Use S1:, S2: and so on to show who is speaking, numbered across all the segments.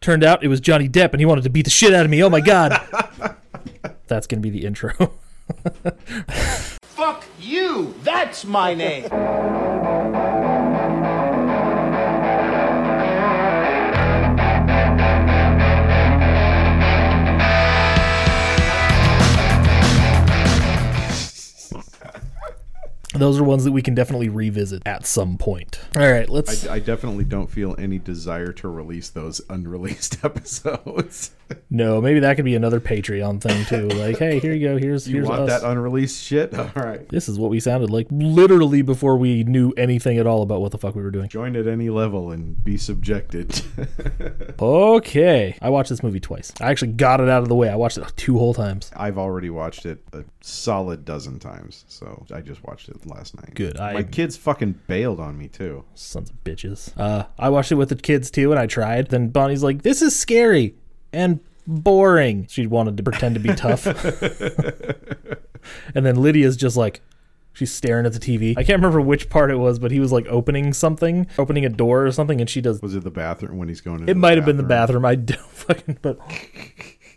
S1: Turned out it was Johnny Depp, and he wanted to beat the shit out of me. Oh my god. That's gonna be the intro.
S2: Fuck you! That's my name!
S1: Those are ones that we can definitely revisit at some point. All right, let's.
S3: I definitely don't feel any desire to release those unreleased episodes.
S1: no, maybe that could be another Patreon thing too. Like, hey, here you go. Here's
S3: You
S1: here's us.
S3: want that unreleased shit? All right.
S1: this is what we sounded like literally before we knew anything at all about what the fuck we were doing.
S3: Join at any level and be subjected.
S1: Okay, I watched this movie twice. I actually got it out of the way. I watched it two whole times.
S3: I've already watched it a solid dozen times, so I just watched it last night.
S1: Good, I-
S3: My kids fucking bailed on me too.
S1: Sons of bitches. Uh, I watched it with the kids too, and I tried. Then Bonnie's like, "This is scary and boring." She wanted to pretend to be tough, and then Lydia's just like. She's staring at the TV. I can't remember which part it was, but he was like opening something, opening a door or something, and she does.
S3: Was it the bathroom when he's going? Into
S1: It might have been the bathroom. I don't fucking. But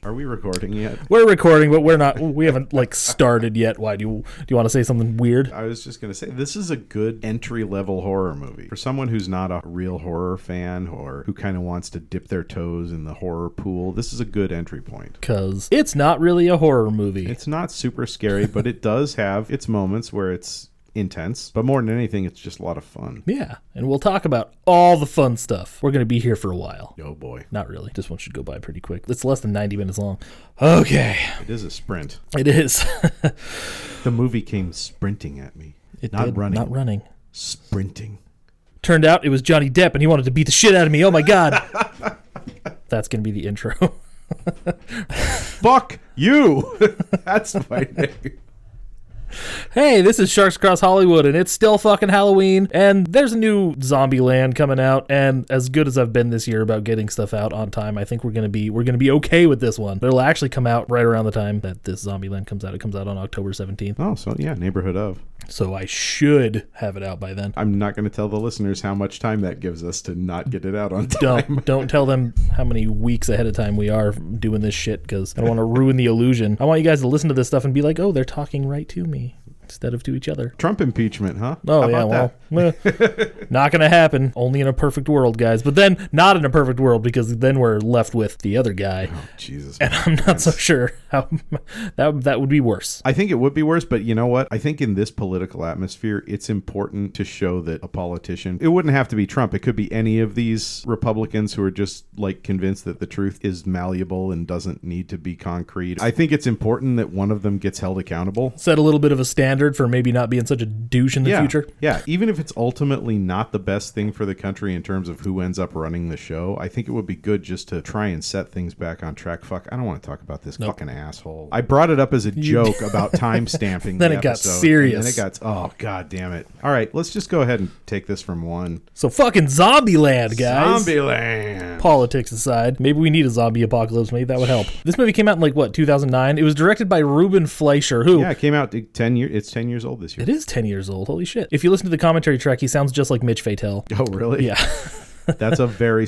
S3: Are we recording yet?
S1: we're recording, but we're not. We haven't like started yet. Why do you do you want to say something weird?
S3: I was just gonna say this is a good entry level horror movie for someone who's not a real horror fan or who kind of wants to dip their toes in the horror pool. This is a good entry point.
S1: Because it's not really a horror movie.
S3: It's not super scary, but it does have its moments where it's intense. But more than anything, it's just a lot of fun.
S1: Yeah, and we'll talk about all the fun stuff. We're going to be here for a while.
S3: Oh boy,
S1: Not really. This one should go by pretty quick. It's less than 90 minutes long. Okay,
S3: it is a sprint.
S1: it is.
S3: The movie came sprinting at me,
S1: it
S3: not
S1: did-
S3: running,
S1: Not running.
S3: sprinting.
S1: Turned out it was Johnny Depp, and he wanted to beat the shit out of me. Oh my god. That's going to be the intro.
S3: Fuck you. That's my name.
S1: hey, this is Sharks Cross Hollywood, and it's still fucking Halloween, and there's a new Zombie Land coming out, and as good as I've been this year about getting stuff out on time, I think we're gonna be we're gonna be okay with this one. It'll actually come out right around the time that this Zombie Land comes out. It comes out on October 17th,
S3: Oh, so yeah, neighborhood of.
S1: so I should have it out by then.
S3: I'm not going to tell the listeners how much time that gives us to not get it out on time.
S1: Don't don't tell them how many weeks ahead of time we are doing this shit because I don't want to ruin the illusion. I want you guys to listen to this stuff and be like, oh, they're talking right to me instead of to each other.
S3: Trump impeachment, huh?
S1: Oh
S3: How
S1: yeah,
S3: about
S1: well, eh, not gonna happen. Only in a perfect world, guys. But then, not in a perfect world because then we're left with the other guy.
S3: that? Jesus.
S1: I'm not so sure how that that would be worse.
S3: I think it would be worse, but you know what? I think in this political atmosphere, it's important to show that a politician, it wouldn't have to be Trump. It could be any of these Republicans who are just like convinced that the truth is malleable and doesn't need to be concrete. I think it's important that one of them gets held accountable.
S1: Set a little bit of a standard for maybe not being such a douche in the
S3: yeah,
S1: future.
S3: Yeah, even if it's ultimately not the best thing for the country in terms of who ends up running the show, I think it would be good just to try and set things back on track. Fuck, I don't want to talk about this fucking asshole. I brought it up as a joke about time stamping.
S1: Then
S3: the
S1: it got
S3: episode,
S1: serious.
S3: And then it got oh god damn it. All right, let's just go ahead and take this from one.
S1: So fucking Zombieland, guys.
S3: Zombieland.
S1: Politics aside, maybe we need a zombie apocalypse. Maybe that would help. This movie came out in like what 2009. It was directed by Ruben Fleischer, who
S3: Yeah, it came out ten year. It's ten years old this year.
S1: it is 10 years old. Holy shit! If you listen to the commentary track, he sounds just like Mitch Fatel.
S3: Oh really?
S1: Yeah.
S3: That's a very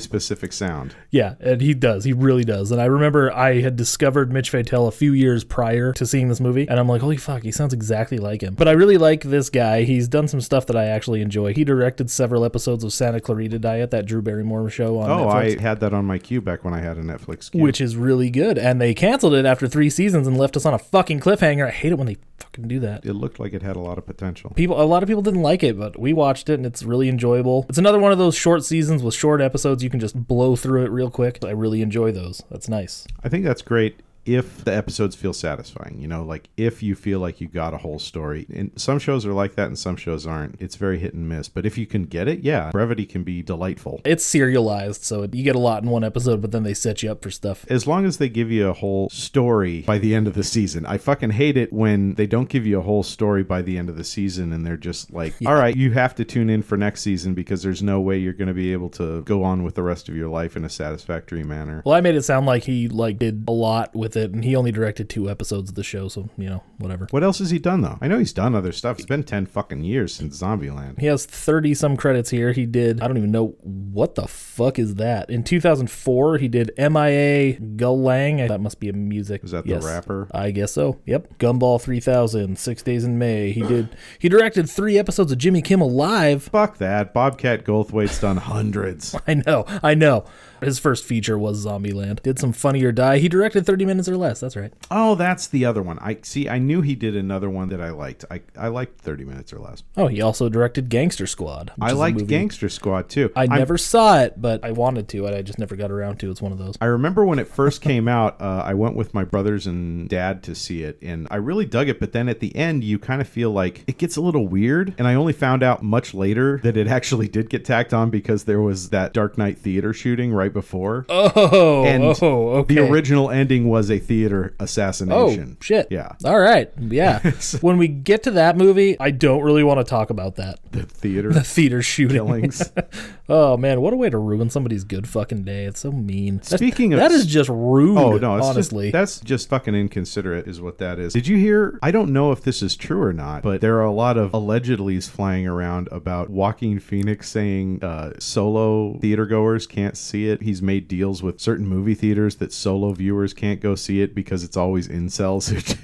S3: specific sound.
S1: Yeah, and he does. He really does. And I remember I had discovered Mitch Fatel a few years prior to seeing this movie, and I'm like, holy fuck, he sounds exactly like him. But I really like this guy. He's done some stuff that I actually enjoy. He directed several episodes of Santa Clarita Diet, that Drew Barrymore show on
S3: Oh,
S1: Netflix.
S3: I had that on my queue back when I had a Netflix queue.
S1: Which is really good. And they canceled it after three seasons and left us on a fucking cliffhanger. I hate it when they fucking do that.
S3: it looked like it had a lot of potential.
S1: People, a lot of people didn't like it, but we watched it and it's really enjoyable. It's another one of those short seasons with short episodes. You can just blow through it real quick. I really enjoy those. That's nice.
S3: I think that's great if the episodes feel satisfying, you know, like if you feel like you got a whole story. And some shows are like that and some shows aren't. It's very hit and miss. But if you can get it, yeah, brevity can be delightful.
S1: it's serialized, so it, you get a lot in one episode, but then they set you up for stuff.
S3: As long as they give you a whole story by the end of the season, I fucking hate it when they don't give you a whole story by the end of the season and they're just like, all right, you have to tune in for next season because there's no way you're going to be able to go on with the rest of your life in a satisfactory manner.
S1: Well, I made it sound like he like did a lot with with it, and he only directed two episodes of the show, so you know, whatever.
S3: What else has he done though? I know he's done other stuff. It's been ten fucking years since Zombieland.
S1: He has 30 some credits here. He did, I don't even know what the fuck is that. In 2004, he did MIA Gulang. That must be a music.
S3: Is that the rapper?
S1: I guess so. Yep. Gumball 3000, Six Days in May. He did, he directed three episodes of Jimmy Kimmel Live.
S3: Fuck that. Bobcat Goldthwait's done hundreds.
S1: I know, I know. His first feature was Zombieland. Did some Funny or Die. He directed 30 minutes or less. That's right.
S3: Oh, that's the other one. I see. I knew he did another one that I liked. I I liked Thirty Minutes or Less.
S1: Oh, he also directed Gangster Squad. which
S3: I
S1: is a
S3: liked
S1: movie-
S3: Gangster Squad too.
S1: I
S3: I'm-
S1: never saw it, but I wanted to, and I just never got around to. it. It's one of those.
S3: I remember when it first came out, uh, I went with my brothers and dad to see it, and I really dug it. But then at the end, you kind of feel like it gets a little weird. And I only found out much later that it actually did get tacked on because there was that Dark Knight theater shooting right before.
S1: Oh,
S3: and
S1: oh, okay.
S3: The original ending was a theater
S1: Oh
S3: assassination.
S1: shit!
S3: Yeah.
S1: All right. Yeah. when we get to that movie, I don't really want to talk about that
S3: The theater
S1: theater shooting.
S3: killings.
S1: Oh man, what a way to ruin somebody's good fucking day. It's so mean. That's-
S3: Speaking of-
S1: that is just rude.
S3: Oh no! It's
S1: honestly,
S3: just, that's just fucking inconsiderate, is what that is. Did you hear? I don't know if this is true or not, but there are a lot of allegedlys flying around about Joaquin Phoenix saying uh, solo theater goers can't see it. He's made deals with certain movie theaters that solo viewers can't go see it because it's always incels who. do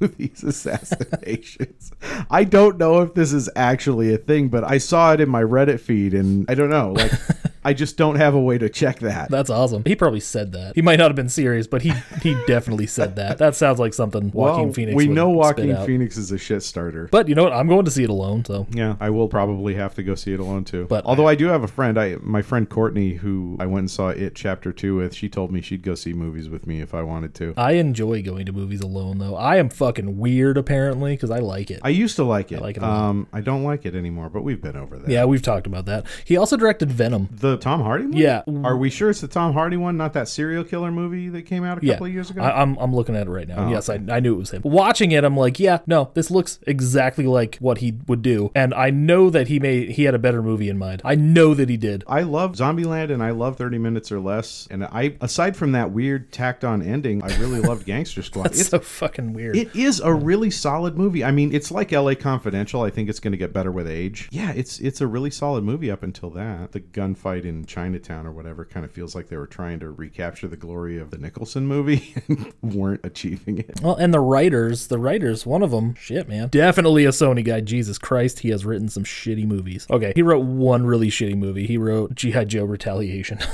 S3: These assassinations. I don't know if this is actually a thing, but I saw it in my Reddit feed, and I don't know. Like, I just don't have a way to check that.
S1: that's awesome. He probably said that. He might not have been serious, but he he definitely said that. That sounds like something Joaquin
S3: Well,
S1: Phoenix.
S3: We
S1: would
S3: know
S1: spit
S3: Walking
S1: out.
S3: Phoenix is a shit starter.
S1: But you know what? I'm going to see it alone. So
S3: yeah, I will probably have to go see it alone too.
S1: But-
S3: although I, do have a friend, I my friend Courtney, who I went and saw it chapter two with, she told me she'd go see movies with me if I wanted to.
S1: I enjoy going to movies alone, though. I am fucking weird apparently because I like it.
S3: I used to like it.
S1: like it a lot.
S3: um, I don't like it anymore, but we've been over that.
S1: yeah, we've talked about that. He also directed Venom.
S3: The Tom Hardy one?
S1: Yeah.
S3: Are we sure it's the Tom Hardy one, not that serial killer movie that came out a
S1: Yeah,
S3: couple of years ago? Oh,
S1: I, I'm I'm looking at it right now. yes, I, I knew it was him. Watching it, I'm like, yeah, no, this looks exactly like what he would do, and I know that he made he had a better movie in mind. I know that he did.
S3: I love Zombieland and I love 30 Minutes or Less. And I, aside from that weird tacked on ending, I really loved Gangster Squad.
S1: It's so fucking weird.
S3: It is a really solid movie. I mean, it's like L.A. Confidential. I think it's going to get better with age. Yeah, it's it's a really solid movie up until that. The gunfight in Chinatown or whatever kind of feels like they were trying to recapture the glory of the Nicholson movie and weren't achieving it.
S1: well, and the writers, the writers, one of them, shit, man, definitely a Sony guy. Jesus Christ, he has written some shitty movies. Okay, he wrote one really shitty movie. He wrote G.I. Joe Retaliation.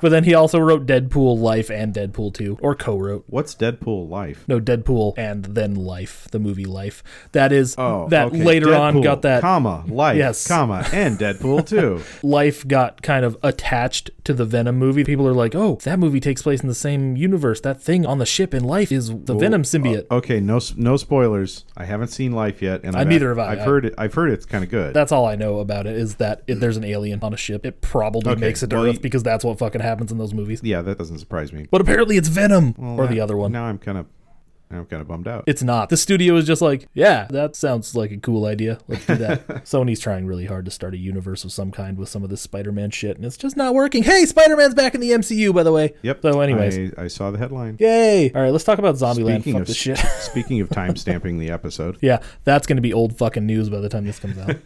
S1: But then he also wrote Deadpool Life and Deadpool 2, or co wrote.
S3: What's Deadpool Life?
S1: No, Deadpool and then Life, the movie Life. That is
S3: Oh,
S1: that
S3: okay.
S1: later on
S3: Deadpool,
S1: got that
S3: comma life
S1: Yes.
S3: comma and Deadpool too.
S1: Life got kind of attached to the Venom movie. People are like, "Oh, that movie takes place in the same universe. That thing on the ship in Life is the
S3: uh,
S1: Venom symbiote."
S3: okay, no s- no spoilers. I haven't seen Life yet, and I've,
S1: neither have I.
S3: I've heard it. I've heard it's kind of good.
S1: that's all I know about it is that if there's an alien on a ship, it probably
S3: Okay,
S1: makes it to
S3: well,
S1: Earth
S3: you-
S1: because that's what fucking happens in those movies.
S3: yeah, that doesn't surprise me.
S1: But apparently, it's Venom or the
S3: Now-
S1: other one.
S3: Now I'm kind of I'm kind of bummed out.
S1: It's not. The studio is just like, yeah, that sounds like a cool idea. Let's do that. Sony's trying really hard to start a universe of some kind with some of this Spider-Man shit, and it's just not working. Hey, Spider-Man's back in the MCU, by the way.
S3: Yep.
S1: So, anyways,
S3: I, I saw the headline.
S1: yay! All right, let's talk about Zombieland. Fuck
S3: of
S1: this shit.
S3: speaking of time stamping the episode,
S1: yeah, that's gonna be old fucking news by the time this comes out.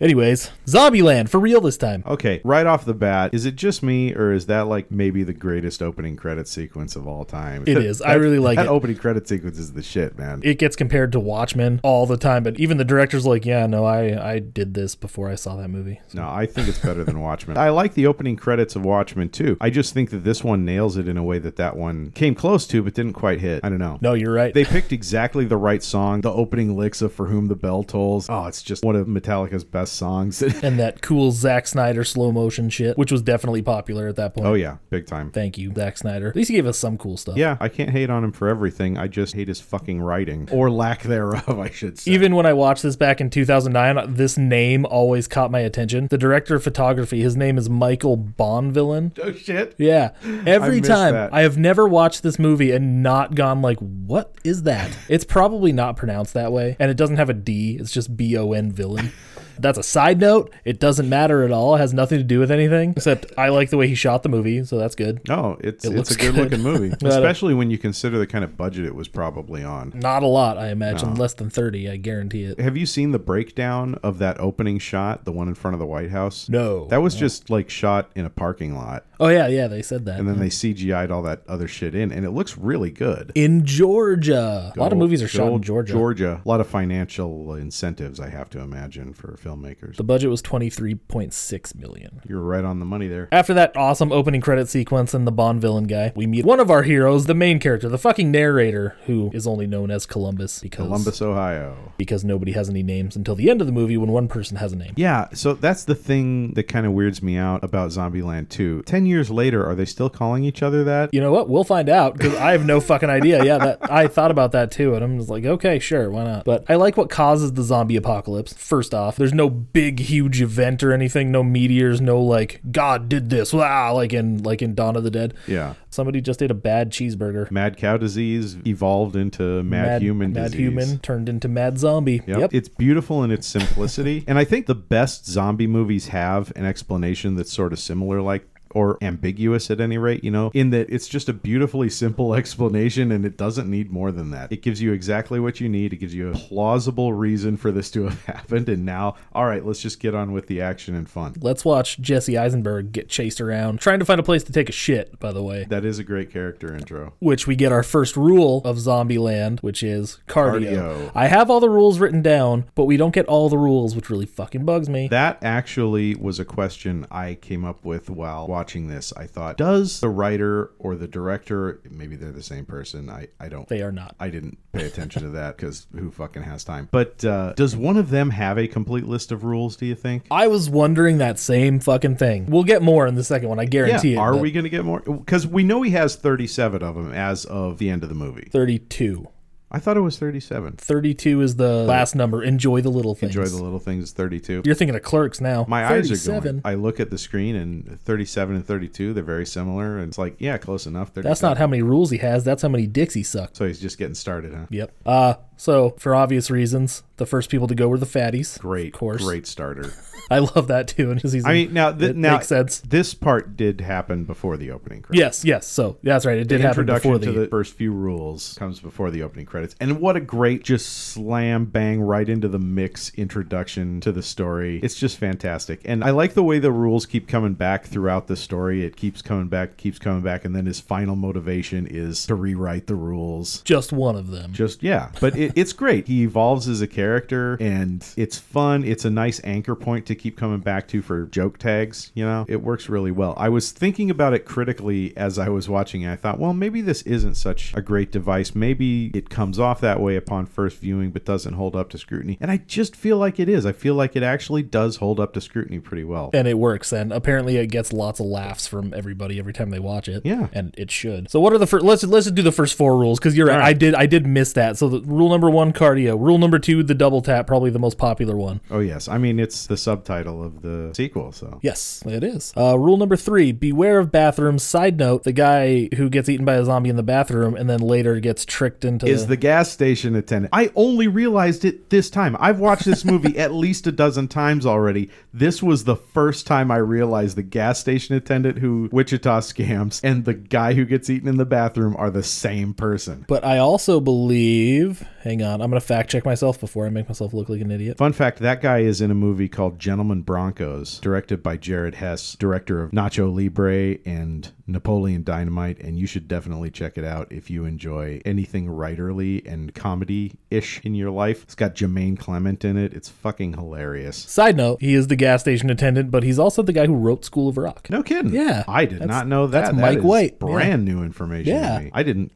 S1: anyways, Zombieland for real this time.
S3: Okay, right off the bat, is it just me or is that like maybe the greatest opening credit sequence of all time?
S1: It is. I really like
S3: that
S1: it.
S3: opening credit sequence is the shit, man.
S1: It gets compared to Watchmen all the time, but even the director's like, yeah, no, I I did this before I saw that movie.
S3: no, I think it's better than Watchmen. I like the opening credits of Watchmen too. I just think that this one nails it in a way that that one came close to but didn't quite hit. I don't know.
S1: No, you're right.
S3: They picked exactly the right song. The opening licks of For Whom the Bell Tolls. Oh, it's just one of Metallica's best songs.
S1: and that cool Zack Snyder slow motion shit, which was definitely popular at that point.
S3: oh, yeah, big time.
S1: Thank you, Zack Snyder. At least he gave us some cool stuff.
S3: Yeah, I can't hate on him for everything. I just hate his fucking writing or lack thereof, I should say.
S1: Even when I watched this back in 2009, uh, this name always caught my attention. The director of photography, his name is Michael Bonvillain.
S3: oh shit.
S1: Yeah. Every
S3: missed
S1: time
S3: that.
S1: I have never watched this movie and not gone like, what is that? It's probably not pronounced that way, and it doesn't have a D. It's just B O N villain. That's a side note. It doesn't matter at all. It has nothing to do with anything except I like the way he shot the movie, so that's good.
S3: No, it's
S1: It
S3: it's
S1: looks
S3: a good,
S1: good.
S3: looking movie,
S1: I know.
S3: especially when you consider the kind of budget it was probably on.
S1: Not a lot, I imagine. Less than 30, I guarantee it.
S3: Have you seen the breakdown of that opening shot, the one in front of the White House?
S1: No.
S3: That was just like shot in a parking lot,
S1: Oh, yeah, yeah, they said that.
S3: and then they CGI'd all that other shit in, and it looks really good.
S1: in Georgia. a lot of movies are
S3: Good
S1: shot in
S3: old
S1: Georgia.
S3: Georgia. A lot of financial incentives, I have to imagine, for filmmakers.
S1: The budget was 23.6 million.
S3: You're right on the money there.
S1: After that awesome opening credit sequence and the Bond villain guy, we meet one of our heroes, the main character, the fucking narrator, who is only known as Columbus because
S3: Columbus, Ohio.
S1: because nobody has any names until the end of the movie when one person has a name.
S3: Yeah, so that's the thing that kind of weirds me out about Zombieland 2. 10 years later, are they still calling each other that?
S1: You know what? We'll find out because I have no fucking idea. Yeah, that I thought about that too, and I'm just like, okay, sure, why not? But I like what causes the zombie apocalypse. First off, there's no big, huge event or anything. No meteors. No like God did this. Wow, like in like in Dawn of the Dead.
S3: Yeah.
S1: Somebody just ate a bad cheeseburger.
S3: Mad cow disease evolved into mad, human
S1: mad
S3: disease.
S1: human turned into mad zombie.
S3: Yep. It's beautiful in its simplicity. and I think the best zombie movies have an explanation that's sort of similar, like, or ambiguous at any rate, you know, in that it's just a beautifully simple explanation and it doesn't need more than that. It gives you exactly what you need. It gives you a plausible reason for this to have happened. And now, all right, let's just get on with the action and fun.
S1: Let's watch Jesse Eisenberg get chased around, trying to find a place to take a shit, by the way.
S3: That is a great character intro.
S1: Which we get our first rule of Zombieland, which is cardio.
S3: Cardio.
S1: I have all the rules written down, but we don't get all the rules, which really fucking bugs me.
S3: That actually was a question I came up with while watching this. I thought, does the writer or the director, maybe they're the same person, I, I don't.
S1: they are not.
S3: I didn't pay attention to that because who fucking has time? But uh, does one of them have a complete list of rules, do you think?
S1: I was wondering that same fucking thing. We'll get more in the second one, I
S3: Yeah.
S1: guarantee it.
S3: Are
S1: but
S3: we going to get more? Because we know he has 37 of them as of the end of the movie.
S1: 32.
S3: I thought it was 37.
S1: 32 is the last number. Enjoy the little things.
S3: Enjoy the little things, 32.
S1: You're thinking of clerks now.
S3: My
S1: 37.
S3: eyes are going. I look at the screen and 37 and 32, they're very similar. And it's like, yeah, close enough. 37.
S1: That's not how many rules he has. That's how many dicks he sucked.
S3: So he's just getting started, huh?
S1: Yep. Uh, so for obvious reasons, the first people to go were the fatties.
S3: Great,
S1: of course.
S3: great starter.
S1: I love that too. And he's,
S3: I mean, now, th-
S1: it
S3: now
S1: makes sense.
S3: This part did happen before the opening credits.
S1: Yes, yes. So that's right. It did happen
S3: Introduction
S1: before
S3: to the first few rules comes before the opening credits, and what a great just slam bang right into the mix introduction to the story. It's just fantastic, and I like the way the rules keep coming back throughout the story. It keeps coming back, keeps coming back, and then his final motivation is to rewrite the rules.
S1: just one of them.
S3: just yeah but it, it's great he evolves as a character and it's fun it's a nice anchor point to keep coming back to for joke tags you know it works really well i was thinking about it critically as i was watching it i thought well maybe this isn't such a great device maybe it comes off that way upon first viewing but doesn't hold up to scrutiny and i just feel like it is i feel like it actually does hold up to scrutiny pretty well
S1: and it works, and apparently it gets lots of laughs from everybody every time they watch it.
S3: Yeah.
S1: and it should. So what are the first? Let's let's just do the first four rules because you're right. I did I did miss that. So the, rule number one, cardio. Rule number two, the double tap, probably the most popular one.
S3: oh yes i mean it's the subtitle of the sequel so
S1: Yes, it is. Uh, rule number three: beware of bathrooms. Side note: the guy who gets eaten by a zombie in the bathroom and then later gets tricked into
S3: is the gas station attendant. I only realized it this time. I've watched this movie at least a dozen times already. This was the first time I realized the gas station attendant who Wichita scams and the guy who gets eaten in the bathroom are the same person.
S1: But I also believe. Hang on, I'm gonna fact check myself before I make myself look like an idiot.
S3: Fun fact that guy is in a movie called Gentleman Broncos, directed by Jared Hess, director of Nacho Libre and Napoleon Dynamite. And you should definitely check it out if you enjoy anything writerly and comedy ish in your life. It's got Jermaine Clement in it. It's fucking hilarious.
S1: Side note: he is the gas station attendant, but he's also the guy who wrote School of Rock.
S3: No kidding.
S1: Yeah.
S3: I did
S1: That's-
S3: not know that.
S1: that's
S3: That
S1: Mike
S3: is
S1: White.
S3: Brand new information. to
S1: Yeah.
S3: me. I didn't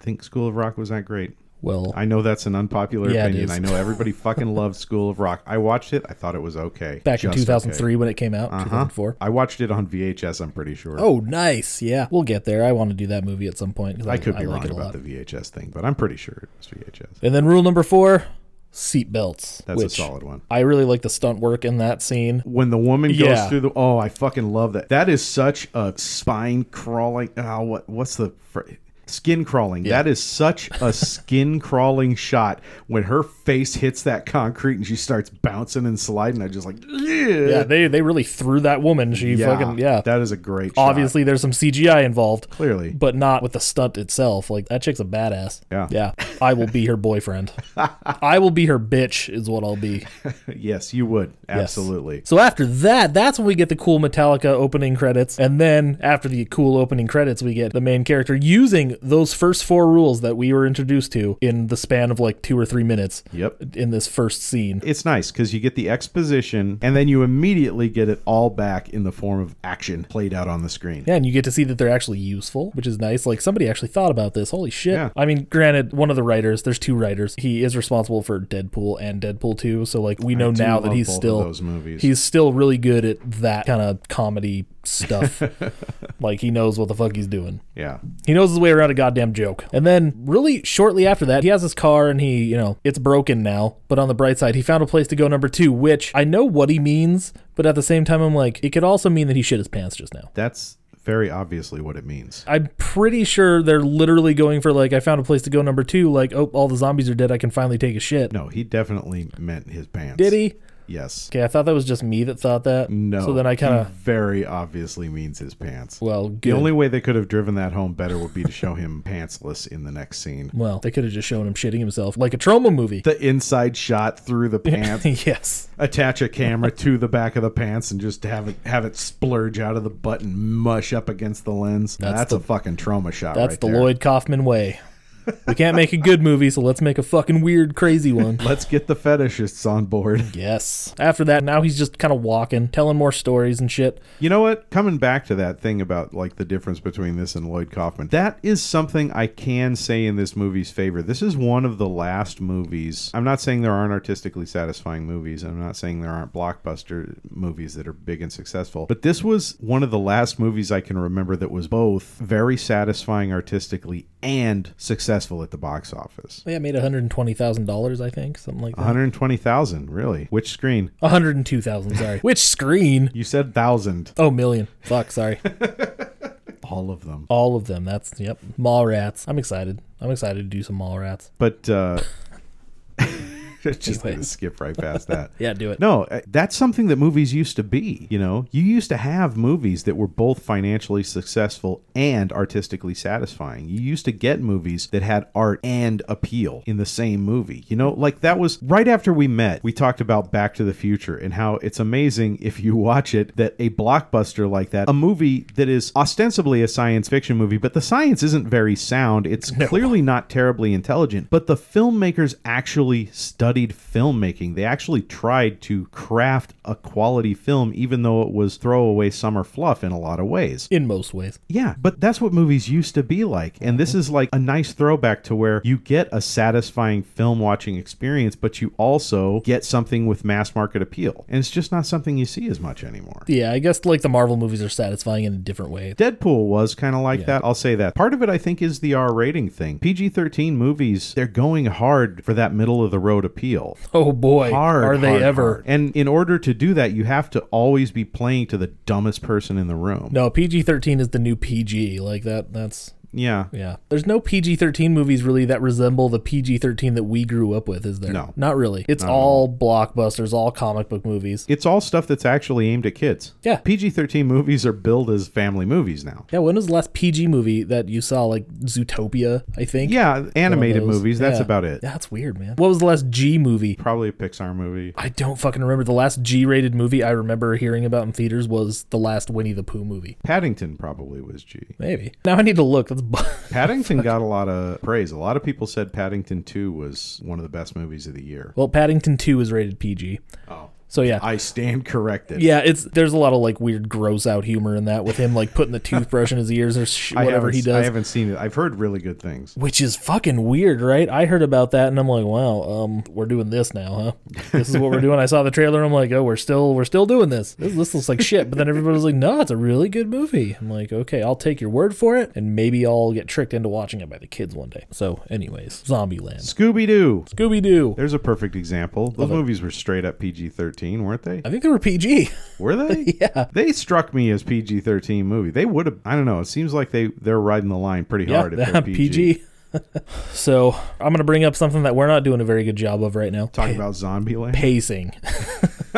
S3: think School of Rock was that great.
S1: Well,
S3: I know that's an unpopular
S1: Yeah, it
S3: opinion.
S1: is.
S3: I know everybody fucking loved School of Rock. I watched it. I thought it was okay.
S1: back in
S3: Just okay. Uh-huh.
S1: 2003 when it came out, 2004.
S3: I watched it on VHS. I'm pretty sure.
S1: Oh, nice. Yeah, we'll get there. I want to do that movie at some point. 'cause
S3: I could be
S1: like
S3: wrong
S1: it a
S3: about
S1: lot.
S3: the VHS thing, but I'm pretty sure it was VHS.
S1: And then rule number four: seatbelts.
S3: That's a solid one.
S1: I really like the stunt work in that scene.
S3: When the woman goes
S1: Yeah.
S3: through the oh, I fucking love that. That is such a spine crawling. Oh, what what's the? Fr- Skin crawling. That is such a skin crawling shot when her face hits that concrete and she starts bouncing and sliding. I just like,
S1: Yeah, they they really threw that woman. She fucking yeah.
S3: That is a great shot.
S1: Obviously, there's some CGI involved,
S3: Clearly.
S1: but not with the stunt itself. Like that chick's a badass.
S3: Yeah.
S1: yeah. I will be her boyfriend. I will be her bitch. Is what I'll be.
S3: Yes, you would. Absolutely.
S1: So after that, that's when we get the cool Metallica opening credits. And then after the cool opening credits, we get the main character using those first four rules that we were introduced to in the span of like two or three minutes.
S3: Yep.
S1: In this first scene.
S3: It's nice because you get the exposition and then you immediately get it all back in the form of action played out on the screen.
S1: Yeah, and you get to see that they're actually useful, which is nice. Like somebody actually thought about this. Holy shit.
S3: Yeah.
S1: I mean, granted, one of the writers, there's two writers. He is responsible for Deadpool and Deadpool 2, so like we know
S3: do
S1: now that
S3: love
S1: he's
S3: both of
S1: still
S3: those movies.
S1: he's still really good at that kind of comedy stuff. like he knows what the fuck he's doing.
S3: Yeah.
S1: He knows his way around a goddamn joke. And then, really shortly after that, he has his car and he, you know, it's broken now. But on the bright side, he found a place to go number two, which I know what he means, but at the same time, I'm like, it could also mean that he shit his pants just now.
S3: That's very obviously what it means.
S1: I'm pretty sure they're literally going for, like, I found a place to go number two, like, oh, all the zombies are dead. I can finally take a shit.
S3: No, he definitely meant his pants.
S1: Did he?
S3: Yes.
S1: Okay, I thought that was just me that thought that.
S3: No.
S1: So then I kind of,
S3: He very obviously means his pants.
S1: well,
S3: the
S1: good.
S3: only way they could have driven that home better would be to show him pantsless in the next scene.
S1: well, they could have just shown him shitting himself like a trauma movie.
S3: The inside shot through the pants.
S1: yes.
S3: attach a camera to the back of the pants and just have it have it splurge out of the butt and mush up against the lens. That's, a fucking trauma shot.
S1: That's
S3: right
S1: the
S3: there.
S1: Lloyd Kaufman way. We can't make a good movie, so let's make a fucking weird, crazy one.
S3: Let's get the fetishists on board.
S1: Yes. After that, now he's just kind of walking, telling more stories and shit.
S3: You know what? Coming back to that thing about like the difference between this and Lloyd Kaufman, that is something I can say in this movie's favor. This is one of the last movies. I'm not saying there aren't artistically satisfying movies, and I'm not saying there aren't blockbuster movies that are big and successful, but this was one of the last movies I can remember that was both very satisfying artistically and successful at the box office.
S1: Yeah, made $120,000, I think, something like that.
S3: 120,000, really? Which screen?
S1: 102,000, sorry. Which screen?
S3: You said thousand.
S1: Oh, million. Fuck, sorry.
S3: All of them.
S1: All of them. That's, yep. Mall rats. I'm excited. I'm excited to do some mall rats.
S3: But uh just gonna
S1: Anyways.
S3: skip right past that.
S1: Yeah, do it.
S3: No, uh, that's something that movies used to be, you know. You used to have movies that were both financially successful and artistically satisfying. You used to get movies that had art and appeal in the same movie. You know, like that was right after we met. We talked about Back to the Future and how it's amazing if you watch it that a blockbuster like that, a movie that is ostensibly a science fiction movie, but the science isn't very sound. It's clearly not terribly intelligent, but the filmmakers actually studied filmmaking. They actually tried to craft a quality film, even though it was throwaway summer fluff in a lot of ways.
S1: In most ways.
S3: Yeah, but that's what movies used to be like. And this is like a nice throwback to where you get a satisfying film watching experience, but you also get something with mass market appeal. And it's just not something you see as much anymore.
S1: Yeah, I guess, like, the Marvel movies are satisfying in a different way.
S3: Deadpool was kind of like that. I'll say that. Part of it, I think, is the R rating thing. PG 13 movies, they're going hard for that middle of the road appeal.
S1: Oh, boy.
S3: Hard.
S1: are they
S3: hard,
S1: ever.
S3: hard. And in order to do that, you have to always be playing to the dumbest person in the room.
S1: No, PG 13 is the new PG. Like, that, that's.
S3: Yeah.
S1: Yeah. There's no PG 13 movies really that resemble the PG 13 that we grew up with, is there?
S3: No.
S1: Not really. It's all blockbusters, all comic book movies.
S3: It's all stuff that's actually aimed at kids.
S1: Yeah.
S3: PG 13 movies are billed as family movies now.
S1: Yeah, when was the last PG movie that you saw? Like Zootopia, I think.
S3: Yeah,
S1: One of
S3: animated
S1: those.
S3: movies. That's
S1: Yeah.
S3: about it.
S1: Yeah, that's weird, man. What was the last G movie?
S3: Probably a Pixar movie.
S1: I don't fucking remember. The last G rated movie I remember hearing about in theaters was the last Winnie the Pooh movie.
S3: Paddington probably was G.
S1: Maybe. Now I need to look. That's. bu-
S3: Paddington got a lot of praise. A lot of people said Paddington 2 was one of the best movies of the year.
S1: Well, Paddington 2 is rated PG.
S3: Oh.
S1: So yeah.
S3: I stand corrected.
S1: Yeah, it's there's a lot of like weird, gross out humor in that with him like putting the toothbrush in his ears or sh-
S3: I
S1: whatever
S3: haven't-
S1: he does,
S3: I haven't seen it. I've heard really good things.
S1: which is fucking weird, right? I heard about that and I'm like, wow, um, we're doing this now, huh? This is what we're doing. I saw the trailer. I'm like, oh, we're still we're still doing this. This, this looks like shit. But then everybody was like, no, it's a really good movie. I'm like, okay, I'll take your word for it, and maybe I'll get tricked into watching it by the kids one day. So, anyways, Zombieland,
S3: Scooby Doo.
S1: Scooby Doo.
S3: There's a perfect example. Those movies were straight up PG 13. thirteen, weren't they?
S1: I think they were PG.
S3: Were they?
S1: Yeah.
S3: They struck me as PG thirteen movie. They would have. I don't know. It seems like they they're riding the line pretty hard. If
S1: yeah,
S3: they're PG.
S1: PG. so I'm gonna bring up something that we're not doing a very good job of right now.
S3: Talking about zombie land.
S1: pacing.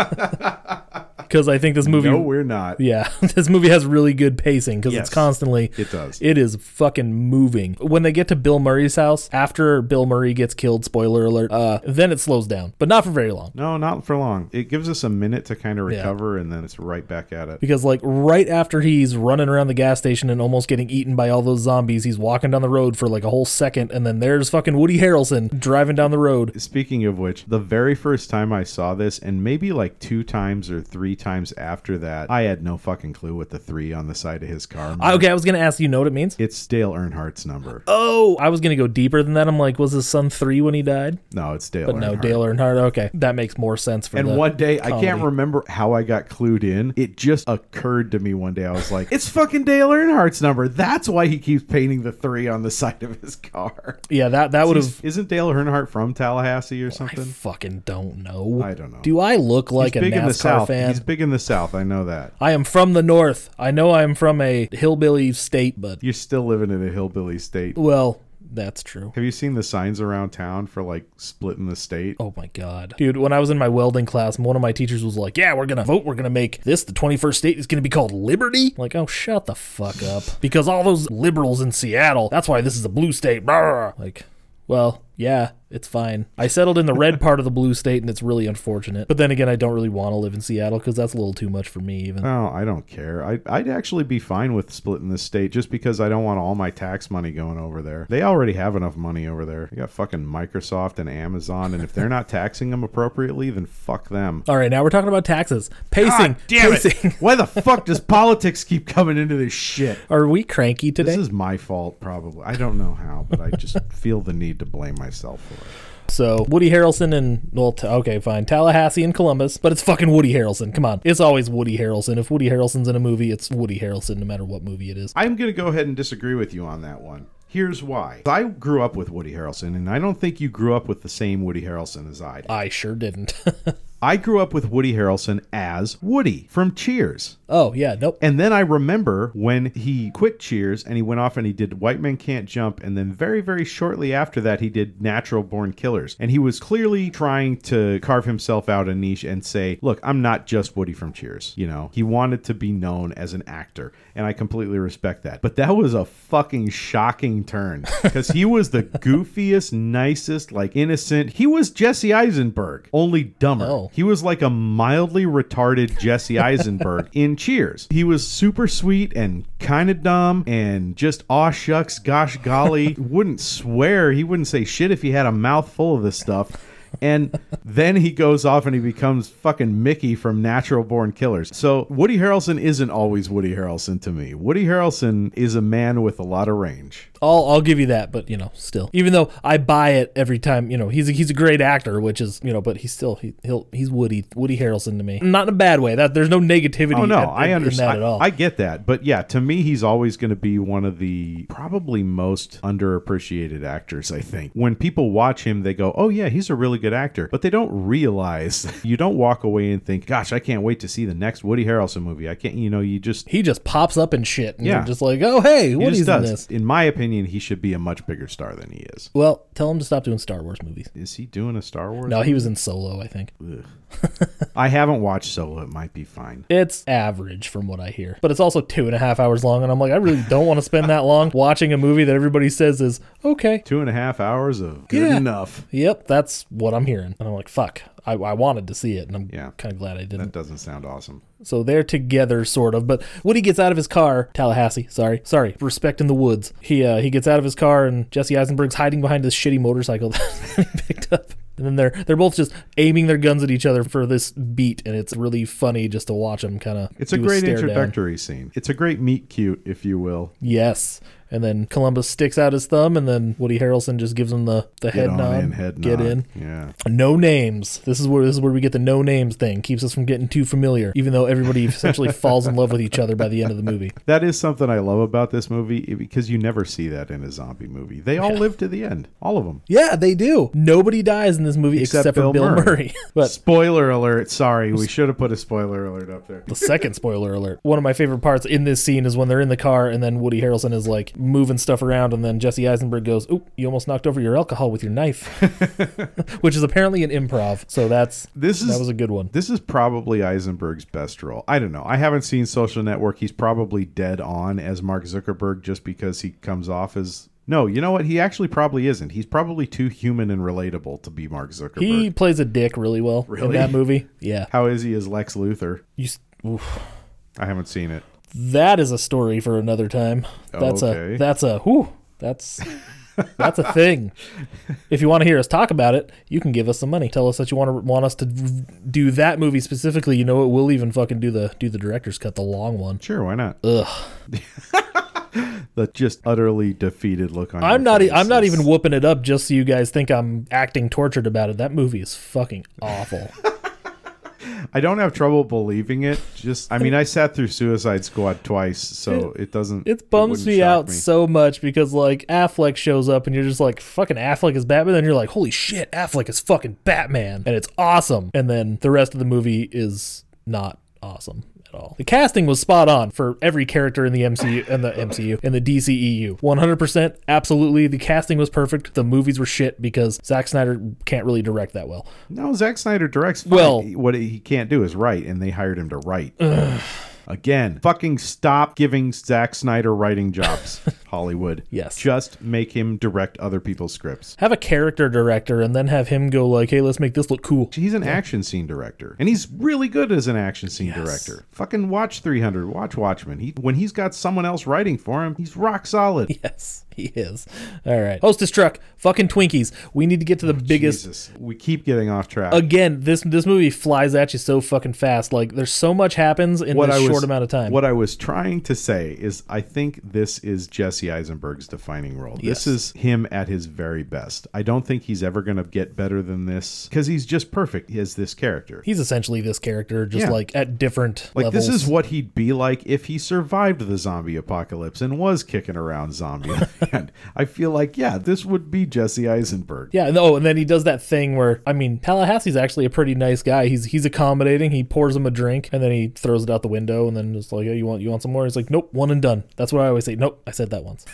S1: Because I think this movie.
S3: No, we're not.
S1: Yeah, this movie has really good pacing because
S3: Yes.
S1: it's constantly.
S3: It does.
S1: It is fucking moving. When they get to Bill Murray's house, after Bill Murray gets killed, spoiler alert, uh, then it slows down, but not for very long.
S3: No, not for long. It gives us a minute to kind of recover, and then it's right back at it.
S1: Because, like, right after he's running around the gas station and almost getting eaten by all those zombies, he's walking down the road for like a whole second, and then there's fucking Woody Harrelson driving down the road.
S3: Speaking of which, the very first time I saw this, and maybe like two times or three times after that, I had no fucking clue what the three on the side of his car meant.
S1: Okay, I was gonna ask you, know what it means?
S3: It's Dale Earnhardt's number.
S1: Oh, I was gonna go deeper than that. I'm like, was his son three when he died?
S3: No, it's Dale
S1: But
S3: Earnhardt.
S1: no, Dale Earnhardt. Okay, that makes more sense for
S3: And
S1: the-
S3: one day, I can't
S1: comedy.
S3: remember how I got clued in. It just occurred to me one day. I was like, it's fucking Dale Earnhardt's number. That's why he keeps painting the three on the side of his car.
S1: Yeah, that that would have.
S3: Isn't Dale Earnhardt from Tallahassee or
S1: I
S3: something?
S1: fucking don't know.
S3: I don't know.
S1: Do I look like a
S3: He's big in the
S1: NASCAR
S3: South.
S1: fan?
S3: He's big in the South. I know that.
S1: I am from the north. I know I am from a hillbilly state, but
S3: You're still living in a hillbilly state.
S1: well, that's true.
S3: Have you seen the signs around town for like splitting the state?
S1: Oh my god. Dude, when I was in my welding class, one of my teachers was like, "Yeah, we're going to vote. We're going to make this the 21st state. It's going to be called Liberty." I'm like, "Oh, shut the fuck up." Because all those liberals in Seattle, that's why this is a blue state. Brr. Like, well, yeah, it's fine. I settled in the red part of the blue state and it's really unfortunate. But then again, I don't really want to live in Seattle cuz that's a little too much for me even.
S3: No, I don't care. I, I'd actually be fine with splitting the state just because I don't want all my tax money going over there. They already have enough money over there. You got fucking Microsoft and Amazon, and if they're not taxing them appropriately, then fuck them.
S1: All right, now we're talking about taxes. Pacing. pacing.
S3: Why the fuck does politics keep coming into this shit?
S1: Are we cranky today?
S3: This is my fault, probably. I don't know how, but I just feel the need to blame myself for it.
S1: So Woody Harrelson and well, t- okay, fine, Tallahassee and Columbus, but it's fucking Woody Harrelson. Come on, it's always Woody Harrelson. If Woody Harrelson's in a movie, it's Woody Harrelson, no matter what movie it is.
S3: I'm going to go ahead and disagree with you on that one. Here's why. I grew up with Woody Harrelson, and I don't think you grew up with the same Woody Harrelson as I did.
S1: I sure didn't.
S3: I grew up with Woody Harrelson as Woody from Cheers.
S1: oh yeah, nope.
S3: And then I remember when he quit Cheers and he went off and he did White Men Can't Jump. And then very, very shortly after that, he did Natural Born Killers. And he was clearly trying to carve himself out a niche and say, look, I'm not just Woody from Cheers. You know, he wanted to be known as an actor. And I completely respect that. But that was a fucking shocking turn because he was the goofiest, nicest, like innocent. He was Jesse Eisenberg, only dumber.
S1: Oh.
S3: He was like a mildly retarded Jesse Eisenberg in Cheers. He was super sweet and kind of dumb and just aw shucks, gosh golly. wouldn't swear. He wouldn't say shit if he had a mouthful of this stuff. And then he goes off and he becomes fucking Mickey from Natural Born Killers. So Woody Harrelson isn't always Woody Harrelson to me. Woody Harrelson is a man with a lot of range.
S1: I'll I'll give you that, but you know, still, even though I buy it every time, you know, he's a, he's a great actor, which is you know, but he's still he, he'll he's Woody Woody Harrelson to me, not in a bad way. That there's no negativity.
S3: Oh no,
S1: at-
S3: I
S1: in-
S3: understand.
S1: in that at all.
S3: I, I get that, but yeah, to me, he's always going to be one of the probably most underappreciated actors. I think when people watch him, they go, "Oh yeah, he's a really good actor," but they don't realize. you don't walk away and think, "Gosh, I can't wait to see the next Woody Harrelson movie." I can't. You know, you just
S1: he just pops up and shit, and
S3: Yeah.
S1: you're just like, oh hey,
S3: he
S1: Woody's
S3: just
S1: in
S3: does.
S1: this.
S3: In my opinion, he should be a much bigger star than he is.
S1: Well, tell him to stop doing Star Wars movies.
S3: Is he doing a Star Wars?
S1: No, he was in Solo, I think.
S3: I haven't watched Solo. It might be fine.
S1: It's average from what I hear, but it's also two and a half hours long, and I'm like, I really don't want to spend that long watching a movie that everybody says is okay.
S3: Two and a half hours of good
S1: Yeah.
S3: enough.
S1: Yep, that's what I'm hearing, and I'm like, fuck, I, I wanted to see it, and I'm
S3: Yeah.
S1: kind of glad I
S3: That
S1: didn't.
S3: doesn't sound awesome.
S1: So they're together, sort of. But Woody gets out of his car, Tallahassee. Sorry, sorry, respect in the woods. He uh, he gets out of his car, and Jesse Eisenberg's hiding behind his shitty motorcycle that he picked up. And then they're they're both just aiming their guns at each other for this beat, and it's really funny just to watch them kind of.
S3: It's a great introductory scene. It's a great meet cute, if you will.
S1: Yes. And then Columbus sticks out his thumb, and then Woody Harrelson just gives him the, the
S3: Get
S1: head
S3: on
S1: nod.
S3: in, head
S1: get
S3: nod.
S1: in.
S3: Yeah.
S1: No names. This is where this is where we get the no names thing. Keeps us from getting too familiar, even though everybody essentially falls in love with each other by the end of the movie.
S3: That is something I love about this movie i- because you never see that in a zombie movie. They all live to the end, all of them.
S1: Yeah, they do. Nobody dies in this movie except, for Bill Murray. but
S3: spoiler alert. Sorry, we should have put a spoiler alert up there.
S1: the second spoiler alert. One of my favorite parts in this scene is when they're in the car and then Woody Harrelson is like moving stuff around and then Jesse Eisenberg goes, "Oop, you almost knocked over your alcohol with your knife," which is apparently an improv. So that's
S3: This is
S1: that was a good one.
S3: This is probably Eisenberg's best role. I don't know. I haven't seen Social Network. He's probably dead on as Mark Zuckerberg just because he comes off as no, you know what? He actually probably isn't. He's probably too human and relatable to be Mark Zuckerberg.
S1: He plays a dick really well in
S3: Really?
S1: that movie. Yeah,
S3: How is he as Lex Luthor?
S1: you. s- oof.
S3: I haven't seen it.
S1: That is a story for another time. That's
S3: Okay.
S1: a that's a whew, that's that's a thing. If you want to hear us talk about it, you can give us some money. Tell us that you want to want us to do that movie specifically. You know what? We'll even fucking do the do the director's cut, the long one.
S3: Sure, why not? Ugh. the just utterly defeated look on.
S1: I'm
S3: your
S1: not. e-
S3: face
S1: I'm not
S3: is-
S1: even whooping it up just so you guys think I'm acting tortured about it. That movie is fucking awful.
S3: I don't have trouble believing it. Just, I mean, I sat through Suicide Squad twice, so it doesn't.
S1: it bums
S3: wouldn't
S1: me
S3: shock
S1: out so much because like Affleck shows up and you're just like fucking Affleck is Batman and you're like holy shit Affleck is fucking Batman and it's awesome and then the rest of the movie is not awesome at all. The casting was spot on for every character in the MCU and the MCU and the E DCEU. 100% absolutely the casting was perfect. The movies were shit because Zack Snyder can't really direct that well.
S3: No, Zack Snyder directs. fine.
S1: Well-
S3: He- what he can't do is write, and they hired him to write. Again, fucking stop giving Zack Snyder writing jobs, Hollywood.
S1: Yes.
S3: Just make him direct other people's scripts.
S1: Have a character director and then have him go like hey let's make this look cool.
S3: He's an action scene director, and he's really good as an action scene director. Fucking watch 300, watch Watchmen. He, when he's got someone else writing for him, he's rock solid.
S1: Yes, he is. All right. Hostess truck, fucking Twinkies. We need to get to the biggest.
S3: Oh, Jesus, we keep getting off track.
S1: Again, this this movie flies at you so fucking fast. Like there's so much happens in this short amount of time.
S3: What I was trying to say is, I think this is Jesse Eisenberg's defining role.
S1: Yes.
S3: This is him at his very best. I don't think he's ever going to get better than this because he's just perfect as this character.
S1: He's essentially this character, just
S3: Yeah.
S1: like at different
S3: like
S1: levels.
S3: this is what he'd be like if he survived the zombie apocalypse and was kicking around zombie land. I feel like yeah, this would be Jesse Eisenberg.
S1: yeah, and, oh, and then he does that thing where I mean, Tallahassee's actually a pretty nice guy. He's he's accommodating. He pours him a drink, and then he throws it out the window, and then just like, oh, you want you want some more? He's like, nope, one and done. That's what I always say. Nope, I said that once.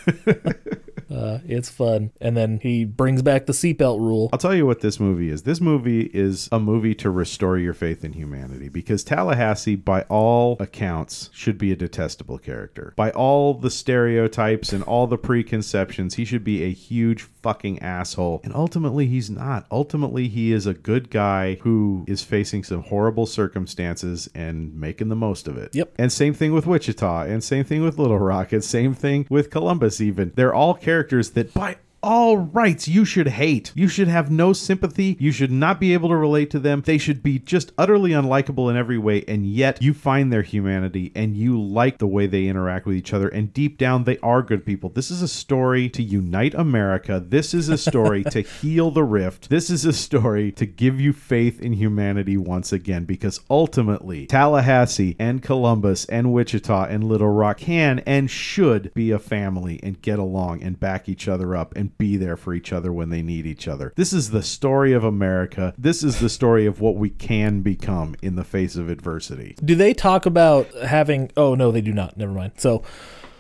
S1: uh, it's fun. And then he brings back the seatbelt rule.
S3: I'll tell you what this movie is. This movie is a movie to restore your faith in humanity because Tallahassee, by all accounts, should be a detestable character. By all the stereotypes and all the preconceptions, he should be a huge fucking asshole. And ultimately, he's not. Ultimately, he is a good guy who is facing some horrible circumstances and making the most of it.
S1: Yep.
S3: And same thing with Wichita, and same thing with Little Rock, and same thing with Columbus, even. They're all characters that, by all rights you should hate. You should have no sympathy. You should not be able to relate to them. They should be just utterly unlikable in every way, and yet you find their humanity and you like the way they interact with each other. And deep down, they are good people. This is a story to unite America. This is a story to heal the rift. This is a story to give you faith in humanity once again, because ultimately, Tallahassee and Columbus and Wichita and Little Rock can and should be a family and get along and back each other up and be there for each other when they need each other. This is the story of America. This is the story of what we can become in the face of adversity.
S1: Do they talk about having? Oh no, they do not. Never mind. So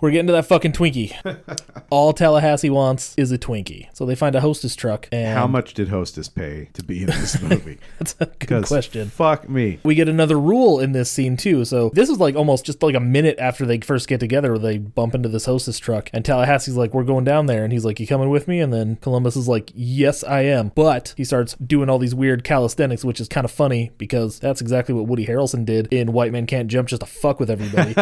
S1: we're getting to that fucking Twinkie. All Tallahassee wants is a Twinkie. So they find a hostess truck. And
S3: How much did Hostess pay to be in this movie?
S1: That's a good
S3: 'Cause
S1: question.
S3: Fuck me.
S1: We get another rule in this scene too. So this is like almost just like a minute after they first get together, where they bump into this hostess truck, and Tallahassee's like, "We're going down there," and he's like, "You coming with me?" And then Columbus is like, "Yes, I am." But he starts doing all these weird calisthenics, which is kind of funny because that's exactly what Woody Harrelson did in White Men Can't Jump, just to fuck with everybody.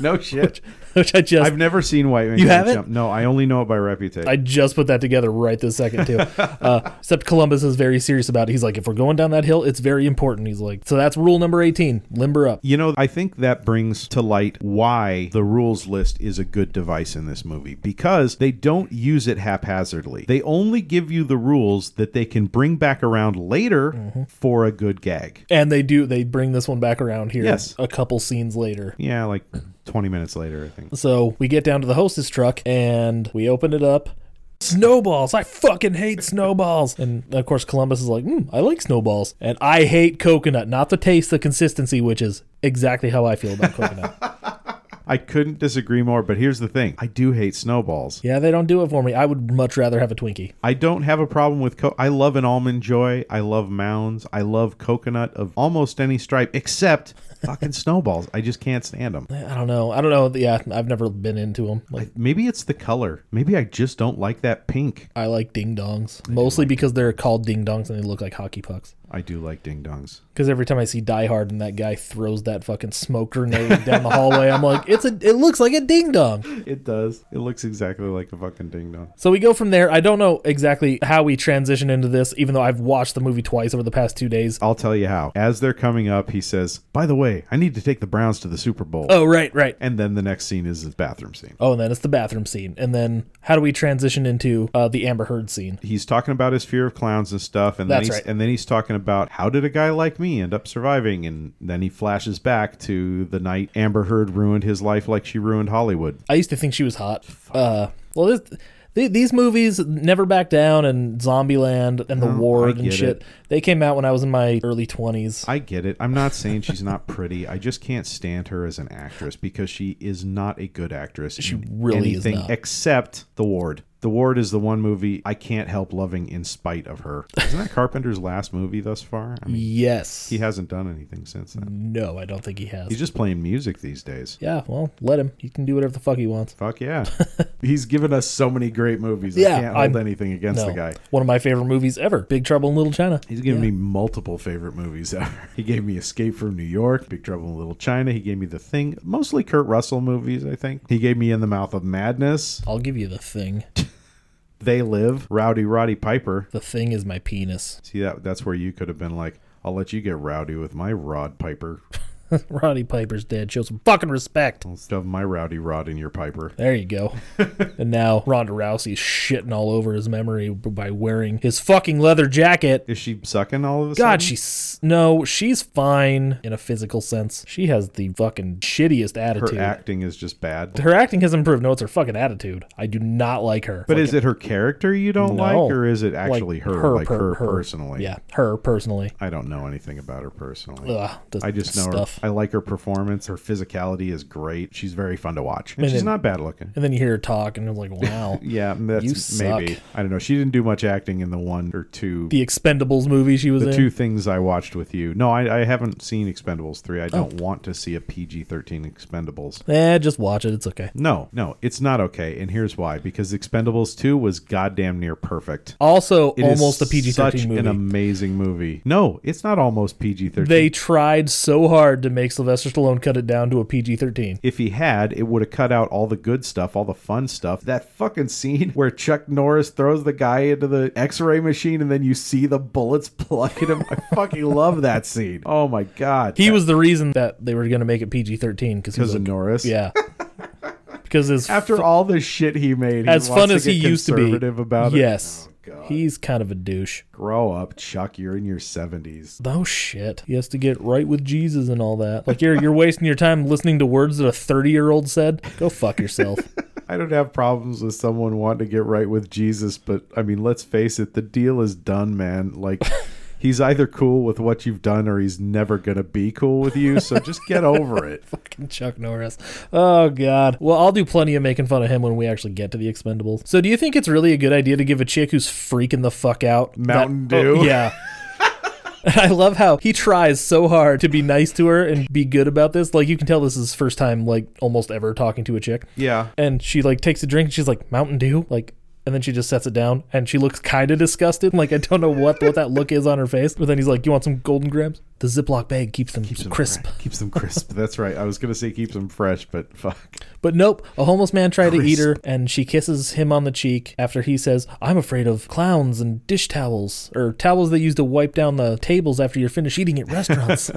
S3: No shit.
S1: which I just
S3: I've never seen White Man
S1: You
S3: Can't
S1: haven't?
S3: Jump. No, I only know it by reputation.
S1: I just put that together right this second too. uh, except Columbus is very serious about it. He's like, if we're going down that hill, it's very important. He's like, so that's rule number eighteen: limber up.
S3: You know, I think that brings to light why the rules list is a good device in this movie because they don't use it haphazardly. They only give you the rules that they can bring back around later for a good gag.
S1: And they do. They bring this one back around here
S3: Yes.
S1: a couple scenes later.
S3: Yeah, like 20 minutes later, I think.
S1: So we get down to the hostess truck and we open it up. Snowballs. I fucking hate snowballs. And of course, Columbus is like, mm, I like snowballs. And I hate coconut, not the taste, the consistency, which is exactly how I feel about coconut.
S3: I couldn't disagree more, but here's the thing I do hate snowballs.
S1: yeah, they don't do it for me. I would much rather have a Twinkie.
S3: I don't have a problem with co- I love an almond joy. I love mounds. I love coconut of almost any stripe except fucking snowballs. I just can't stand them.
S1: I don't know. I don't know. Yeah, I've never been into them. Like,
S3: Maybe it's the color. Maybe I just don't like that pink.
S1: I like ding dongs, mostly because they're called ding dongs and they look like hockey pucks.
S3: I do like ding dongs.
S1: Because every time I see Die Hard and that guy throws that fucking smoke grenade down the hallway, I'm like, it's a, it looks like a ding dong.
S3: It does. It looks exactly like a fucking ding dong.
S1: So we go from there. I don't know exactly how we transition into this, even though I've watched the movie twice over the past two days.
S3: I'll tell you how. As they're coming up, he says, By the way, I need to take the Browns to the Super Bowl.
S1: Oh, right, right.
S3: And then the next scene is his bathroom scene.
S1: Oh, and then it's the bathroom scene. And then how do we transition into uh, the Amber Heard scene?
S3: He's talking about his fear of clowns and stuff, and
S1: That's
S3: then he's,
S1: right.
S3: and then he's talking about how did a guy like me end up surviving, and then he flashes back to the night Amber Heard ruined his life like she ruined Hollywood.
S1: I used to think she was hot. Uh, well, this, th- these movies, Never Back Down and Zombieland and The Ward and
S3: get
S1: shit,
S3: it.
S1: they came out when I was in my early 20s.
S3: I get it. I'm not saying she's not pretty. I just can't stand her as an actress because she is not a good actress. She
S1: really is
S3: anything
S1: not.
S3: except The Ward. The Ward is the one movie I can't help loving in spite of her. Isn't that Carpenter's last movie thus far? I mean,
S1: yes.
S3: he hasn't done anything since then.
S1: no, I don't think he has.
S3: He's just playing music these days.
S1: Mm. yeah, well, let him. He can do whatever the fuck he wants.
S3: Fuck yeah. He's given us so many great movies.
S1: Yeah,
S3: I can't hold
S1: I'm-
S3: anything against
S1: No.
S3: the guy.
S1: One of my favorite movies ever Big Trouble in Little China.
S3: He's given me multiple favorite movies ever. He gave me Escape from New York, Big Trouble in Little China. He gave me The Thing, mostly Kurt Russell movies, I think. He gave me In the Mouth of Madness,
S1: I'll give you the thing.
S3: They Live, Rowdy Roddy Piper.
S1: The thing is my penis.
S3: See that that's where you could have been like, I'll let you get rowdy with my Rod Piper.
S1: Roddy Piper's dead. Show some fucking respect.
S3: I'll shove my rowdy rod in your Piper.
S1: There you go. and now Ronda Rousey's shitting all over his memory b- by wearing his fucking leather jacket.
S3: Is she sucking all of a sudden?
S1: God, she's no, she's fine in a physical sense. She has the fucking shittiest
S3: her
S1: attitude.
S3: acting is just bad.
S1: her acting has improved. No, it's her fucking attitude. I do not like her.
S3: But is it her character you don't
S1: No.
S3: like, or is it
S1: Like,
S3: actually her, like
S1: per-
S3: her, personally?
S1: Yeah, her personally.
S3: I don't know anything about her personally.
S1: Ugh, the
S3: I just know
S1: stuff.
S3: her. I like her performance. Her physicality is great. She's very fun to watch, and, she's
S1: then-
S3: not bad looking.
S1: and then you hear her talk, and I'm like, wow.
S3: Yeah,
S1: You
S3: that's
S1: suck.
S3: maybe. I don't know. She didn't do much acting in the one or two,
S1: The Expendables movie she was
S3: the
S1: in.
S3: two things I watched with you. No, I, I haven't seen Expendables three. I don't
S1: Oh.
S3: want to see a PG thirteen Expendables.
S1: Eh, just watch it. It's okay.
S3: No, no, it's not okay, and here's why: because Expendables two was goddamn near perfect.
S1: Also,
S3: It is
S1: almost a PG
S3: such
S1: thirteen movie.
S3: An amazing movie. No, it's not almost PG thirteen.
S1: They tried so hard to make Sylvester Stallone cut it down to a PG 13.
S3: if he had, it would have cut out all the good stuff, all the fun stuff. That fucking scene where Chuck Norris throws the guy into the X-ray machine, and then you see the bullets plucking him. I fucking love that scene. Oh my god,
S1: He was the reason that they were going to make it PG 13 because
S3: because of Norris.
S1: Yeah. because as,
S3: After all the shit he made, he
S1: as
S3: wants
S1: fun
S3: to
S1: as he
S3: get
S1: used to be.
S3: conservative about it. Oh,
S1: yes. he's kind of a douche.
S3: Grow up, Chuck. You're in your seventies.
S1: Oh shit. He has to get right with Jesus and all that. Like you're you're wasting your time listening to words that a 30-year-old said. Go fuck yourself.
S3: I don't have problems with someone wanting to get right with Jesus, but I mean, let's face it, the deal is done, man. Like, he's either cool with what you've done or he's never going to be cool with you. So just get over it.
S1: Fucking Chuck Norris. Oh god. Well, I'll do plenty of making fun of him when we actually get to the Expendables. So, do you think it's really a good idea to give a chick who's freaking the fuck out that-
S3: Mountain Dew?
S1: Oh, yeah. And I love how he tries so hard to be nice to her and be good about this. Like you can tell this is his first time like almost ever talking to a chick.
S3: Yeah.
S1: And she like takes a drink and she's like, "Mountain Dew?" Like And then she just sets it down and she looks kind of disgusted. Like, I don't know what, what that look is on her face. But then he's like, You want some golden grams? The Ziploc bag keeps them
S3: Keeps them
S1: crisp.
S3: fre- Keeps them crisp. That's right. I was gonna say keeps them fresh, but fuck.
S1: But nope, a homeless man tried to eat her, and she kisses him on the cheek after he says, I'm afraid of clowns and dish towels, or towels they use to wipe down the tables after you're finished eating at restaurants.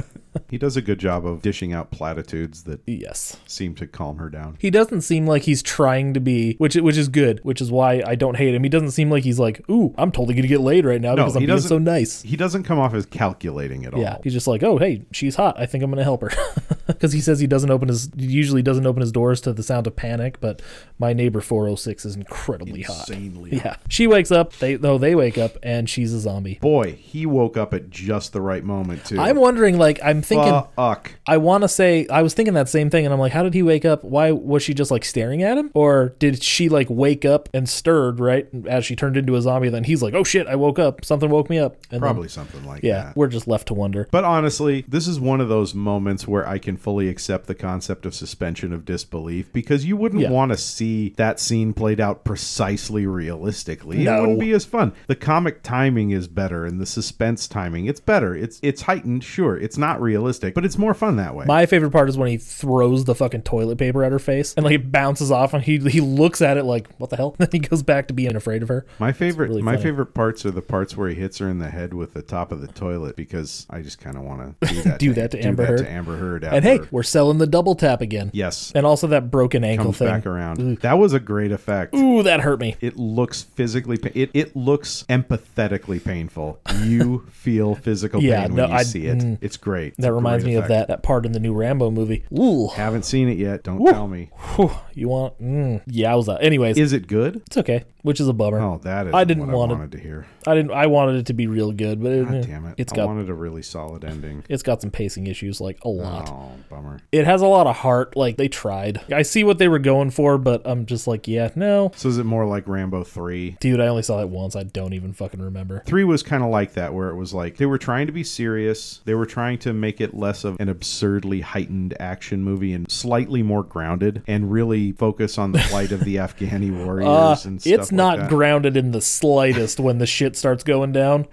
S3: He does a good job of dishing out platitudes that
S1: yes.
S3: seem to calm her down.
S1: He doesn't seem like he's trying to be, which which is good, which is why I don't hate him. He doesn't seem like he's like, ooh, I'm totally gonna get laid right now
S3: No,
S1: because
S3: he
S1: I'm being
S3: doesn't-
S1: so nice.
S3: He doesn't come off as calculating at all.
S1: Yeah, he's just like, oh hey, she's hot. I think I'm gonna help her, because he says he doesn't open his he usually doesn't open his doors to the sound of panic. But my neighbor 406 is incredibly hot.
S3: Insanely hot.
S1: Yeah, she wakes up. They though they wake up and she's a zombie.
S3: Boy, he woke up at just the right moment too.
S1: I'm wondering, like, I'm thinking.
S3: fuck.
S1: I want to say I was thinking that same thing, and I'm like, how did he wake up? Why was she just like staring at him, or did she like wake up and stirred right as she turned into a zombie? Then he's like, oh shit, I woke up. Something woke me up. And
S3: Probably
S1: Then,
S3: something like
S1: yeah,
S3: that.
S1: we're just left to wonder.
S3: But honestly, this is one of those moments where I can fully accept the concept of suspension of disbelief because you wouldn't
S1: Yeah.
S3: want to see that scene played out precisely realistically. It
S1: No.
S3: wouldn't be as fun. The comic timing is better and the suspense timing, it's better. It's it's heightened, sure. It's not realistic, but it's more fun that way.
S1: My favorite part is when he throws the fucking toilet paper at her face and like it bounces off and he he looks at it like what the hell? Then he goes back to being afraid of her.
S3: my favorite,
S1: really
S3: my
S1: funny.
S3: favorite parts are the parts where he hits her in the head with the top of the toilet because I just kind of want to do that.
S1: Do that to Amber
S3: do that
S1: Heard.
S3: to Amber Heard.
S1: And hey,
S3: after.
S1: we're selling the double tap again.
S3: yes,
S1: And also that broken ankle
S3: comes
S1: thing.
S3: back around. That was a great effect.
S1: Ooh, that hurt me.
S3: It looks physically. Pa- it it looks empathetically painful. You feel physical
S1: Yeah,
S3: pain
S1: no,
S3: when you
S1: I- mm,
S3: see it. It's great. It's a
S1: That reminds
S3: great
S1: me of that,
S3: effect.
S1: that part in the new Rambo movie. Ooh,
S3: Haven't seen it yet. Don't tell me.
S1: whew, you want mm, yowza. Anyways,
S3: Is it good?
S1: it's okay, which is a bummer.
S3: Oh, that is.
S1: I didn't
S3: what
S1: want
S3: I
S1: it.
S3: wanted to hear.
S1: I didn't. I wanted it to be real good, but it,
S3: Damn it!
S1: has
S3: I
S1: got
S3: wanted a really solid ending.
S1: it's got some pacing issues, like a lot.
S3: Oh, bummer.
S1: It has a lot of heart. Like they tried. I see what they were going for, but I'm just like, yeah, no,
S3: So is it more like Rambo three?
S1: dude. I only saw it once. I don't even fucking remember.
S3: Three was kind of like that, where it was like they were trying to be serious. They were trying to make it less of an absurdly heightened action movie and slightly more grounded, and really focus on the plight of the Afghani warriors and stuff.
S1: Uh, It's
S3: like
S1: not
S3: that.
S1: grounded in the slightest when the shit starts going down.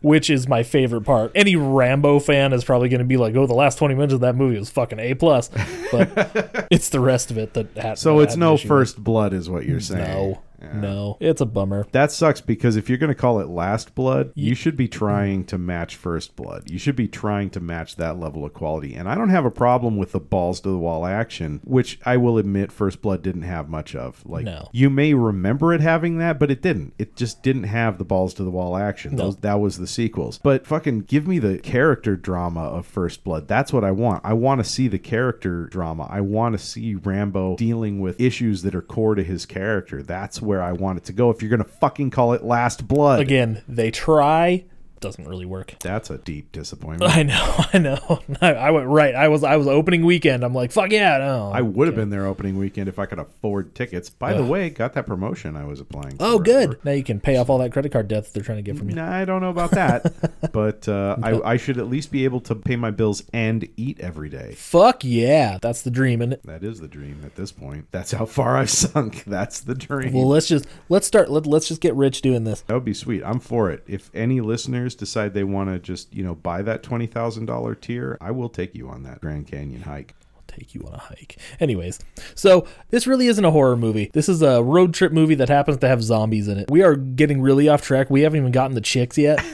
S1: Which is my favorite part. Any Rambo fan is probably going to be like, "Oh, the last twenty minutes of that movie was fucking a plus," but it's the rest of it that. Had,
S3: So
S1: that
S3: it's
S1: had an
S3: no
S1: issue.
S3: first blood, is what you're saying.
S1: No, no, it's a bummer.
S3: That sucks because if you're going to call it last blood, you should
S1: Mm.
S3: be trying to match first blood. You should be trying to match that level of quality. And I don't have a problem with the balls to the wall action, which I will admit first blood didn't have much of. Like
S1: No.
S3: you may remember it having that, but it didn't. It just didn't have the balls to the wall action. Those, that was the sequels. But fucking give me the character drama of First Blood. That's what I want. I want to see the character drama. I want to see Rambo dealing with issues that are core to his character. That's where I want it to go. If you're going to fucking call it Last Blood,
S1: Again, they try, doesn't really work.
S3: that's a deep disappointment.
S1: I know, I know. I, I went right. I was, I was opening weekend. I'm like, fuck yeah, no.
S3: I would have been there opening weekend if I could afford tickets. By the way, got that promotion I was applying.
S1: oh,
S3: for.
S1: good. Now you can pay off all that credit card debt that they're trying to get from you.
S3: No, I don't know about that, but uh, I, I should at least be able to pay my bills and eat every day.
S1: Fuck yeah, that's the dream, isn't it?
S3: That is the dream at this point. That's how far I've sunk. That's the dream.
S1: Well, let's just let's start. Let, let's just get rich doing this.
S3: that would be sweet. I'm for it. If any listeners decide they want to just, you know, buy that $20,000 tier, I will take you on that Grand Canyon hike.
S1: take you on a hike. Anyways, so this really isn't a horror movie. This is a road trip movie that happens to have zombies in it. We are getting really off track. We haven't even gotten the chicks yet.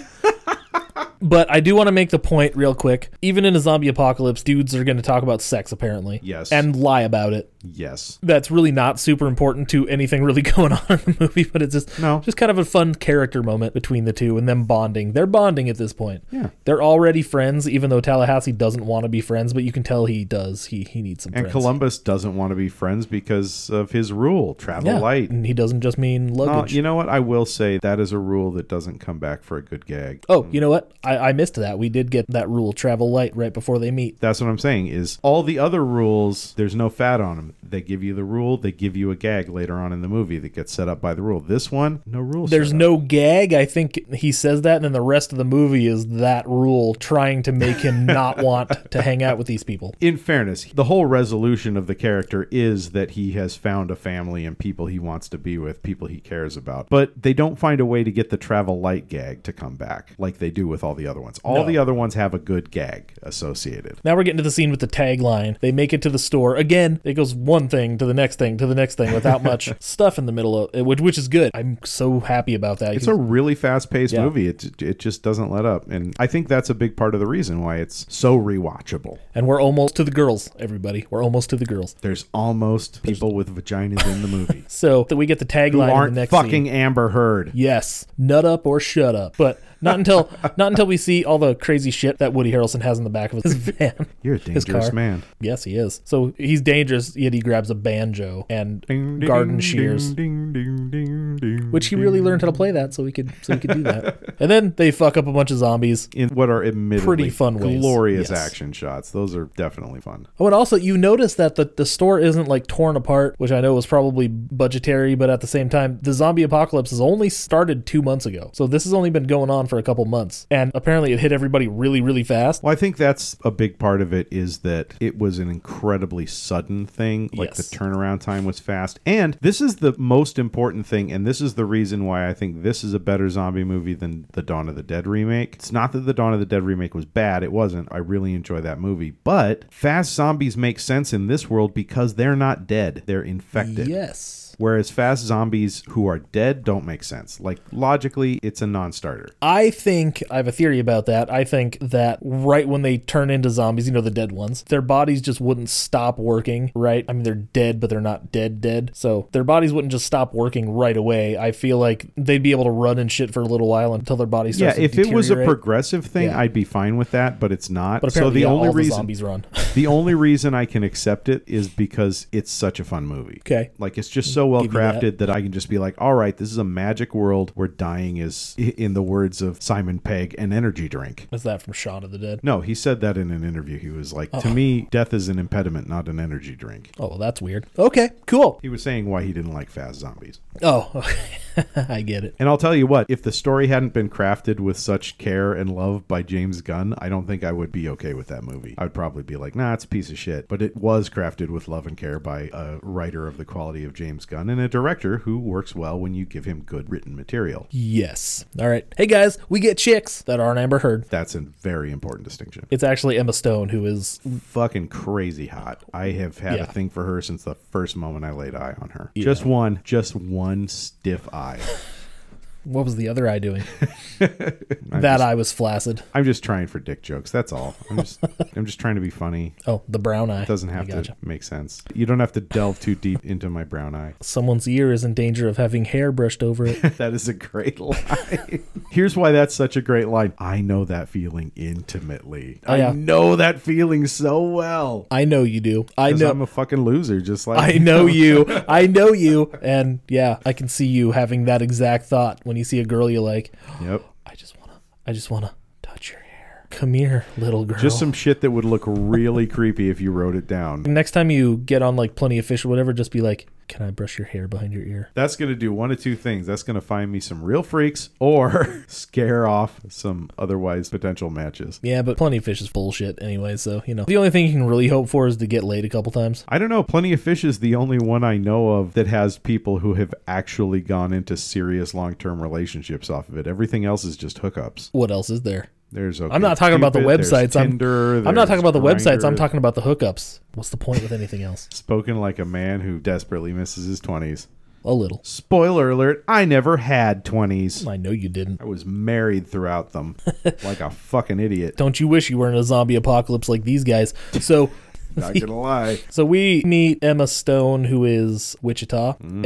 S1: But I do want to make the point real quick. Even in a zombie apocalypse, dudes are going to talk about sex apparently.
S3: Yes.
S1: And lie about it.
S3: Yes.
S1: That's really not super important to anything really going on in the movie, but it's just
S3: No.
S1: just kind of a fun character moment between the two and them bonding. They're bonding at this point.
S3: Yeah.
S1: They're already friends, even though Tallahassee doesn't want to be friends, but you can tell he does. He he needs some
S3: And
S1: friends.
S3: Columbus doesn't want to be friends because of his rule travel light.
S1: And he doesn't just mean
S3: Uh,
S1: luggage.
S3: you know what? I will say that is a rule that doesn't come back for a good gag.
S1: oh, you know what? I, I missed that. We did get that rule travel light right before they meet.
S3: That's what I'm saying is all the other rules, there's no fat on them. They give you the rule, they give you a gag later on in the movie that gets set up by the rule. This one, no rules.
S1: There's no gag. I think he says that, and then the rest of the movie is that rule trying to make him not want to hang out with these people.
S3: in fairness, the whole resolution of the character is that he has found a family and people he wants to be with, people he cares about. But they don't find a way to get the travel light gag to come back like they do with all the other ones. All
S1: No.
S3: the other ones have a good gag associated.
S1: Now we're getting to the scene with the tagline. They make it to the store again. It goes one thing to the next thing to the next thing without much stuff in the middle of it, which, which is good. I'm so happy about that.
S3: It's a really fast-paced
S1: Yeah.
S3: movie. It it just doesn't let up, and I think that's a big part of the reason why it's so rewatchable.
S1: and we're almost to the girls, everybody. We're almost to the girls.
S3: There's almost people with vaginas in the movie
S1: So that we get the
S3: who
S1: tagline in
S3: aren't
S1: the next scene.
S3: fucking Amber Heard.
S1: Yes, nut up or shut up. But not until not until we see all the crazy shit that Woody Harrelson has in the back of his van.
S3: You're a
S1: his
S3: dangerous
S1: car.
S3: man.
S1: Yes, he is. So he's dangerous. Yet he grabs a banjo and
S3: Ding, ding,
S1: garden
S3: ding,
S1: shears,
S3: ding, ding, ding, ding,
S1: which he
S3: ding.
S1: really learned how to play that, so he could so he could do that. and then they fuck up a bunch of zombies.
S3: in what are admittedly
S1: Pretty fun ways,
S3: glorious
S1: yes.
S3: action shots. Those are definitely fun.
S1: Oh, and also you notice that the, the store isn't like torn apart, which I know was probably budgetary, but at the same time, the zombie apocalypse has only started two months ago. So this has only been going on for a couple months. And apparently it hit everybody really, really fast.
S3: Well, I think that's a big part of it is that it was an incredibly sudden thing. Like
S1: Yes.
S3: the turnaround time was fast. And this is the most important thing. And this is the reason why I think this is a better zombie movie than the Dawn of the Dead remake. It's not that the Dawn of the Dead remake was bad. It wasn't. I really enjoy that movie. But fast zombies make sense in this world because they're not dead, they're infected.
S1: Yes.
S3: Whereas fast zombies who are dead don't make sense. Like logically, it's a non-starter.
S1: I think I have a theory about that. I think that right when they turn into zombies, you know, the dead ones, their bodies just wouldn't stop working, right? I mean, they're dead, but they're not dead, dead. So their bodies wouldn't just stop working right away. I feel like they'd be able to run and shit for a little while until their body
S3: Yeah,
S1: starts
S3: if
S1: to
S3: it was a
S1: deteriorate.
S3: progressive thing,
S1: Yeah.
S3: I'd be fine with that, but it's not.
S1: But
S3: so
S1: apparently,
S3: the
S1: yeah,
S3: only
S1: all the
S3: reason
S1: zombies run.
S3: the only reason I can accept it is because it's such a fun movie.
S1: Okay.
S3: Like it's just so well
S1: Give you that.
S3: crafted that I can just be like, "All right, this is a magic world where dying is i- in the words of Simon Pegg, an energy drink."
S1: Is that from Shaun of the Dead?
S3: No, he said that in an interview. He was like, "To me, death is an impediment, not an energy drink."
S1: Oh, well, that's weird. Okay, cool.
S3: He was saying why he didn't like fast zombies.
S1: Oh, okay. I get it.
S3: And I'll tell you what, if the story hadn't been crafted with such care and love by James Gunn, I don't think I would be okay with that movie. I would probably be like, nah, it's a piece of shit. But it was crafted with love and care by a writer of the quality of James Gunn and a director who works well when you give him good written material.
S1: Yes. All right. Hey, guys, we get chicks that aren't Amber Heard.
S3: That's a very important distinction.
S1: It's actually Emma Stone who is
S3: Fucking crazy hot. I have had
S1: Yeah.
S3: a thing for her since the first moment I laid eye on her. Just one, just one stiff eye.
S1: What was the other eye doing? that eye was flaccid.
S3: I'm just trying for dick jokes. That's all. I'm just, I'm just trying to be funny.
S1: Oh, the brown eye.
S3: doesn't
S1: I
S3: have
S1: gotcha.
S3: to make sense. You don't have to delve too deep into my brown eye.
S1: Someone's ear is in danger of having hair brushed over it.
S3: That is a great line. Here's why that's such a great line. I know that feeling intimately.
S1: Oh, yeah.
S3: I know that feeling so well.
S1: I know you do. I
S3: Because I'm
S1: know.
S3: a fucking loser, just like
S1: I know you. I know you. And yeah, I can see you having that exact thought when you see a girl you like.
S3: Yep.
S1: I just wanna. I just wanna touch your hair. Come here, little girl.
S3: Just some shit that would look really creepy if you wrote it down.
S1: Next time you get on like Plenty of Fish or whatever, just be like, "Can I brush your hair behind your ear?"
S3: That's going to do one of two things. That's going to find me some real freaks or scare off some otherwise potential matches.
S1: Yeah, but Plenty of Fish is bullshit anyway. So you know, the only thing you can really hope for is to get laid a couple times.
S3: I don't know. Plenty of Fish is the only one I know of that has people who have actually gone into serious long term relationships off of it. Everything else is just hookups.
S1: What else is there?
S3: There's okay
S1: I'm not talking about the
S3: Cupid, there's
S1: websites. I'm,
S3: Tinder,
S1: I'm not
S3: there's
S1: talking about the websites. I'm
S3: Grindr.
S1: talking about the hookups. What's the point with anything else?
S3: Spoken like a man who desperately misses his 20s.
S1: A little.
S3: Spoiler alert, I never had 20s.
S1: I know you didn't.
S3: I was married throughout them like a fucking idiot.
S1: Don't you wish you were in a zombie apocalypse like these guys? So,
S3: Not gonna lie.
S1: so we meet Emma Stone, who is Wichita, and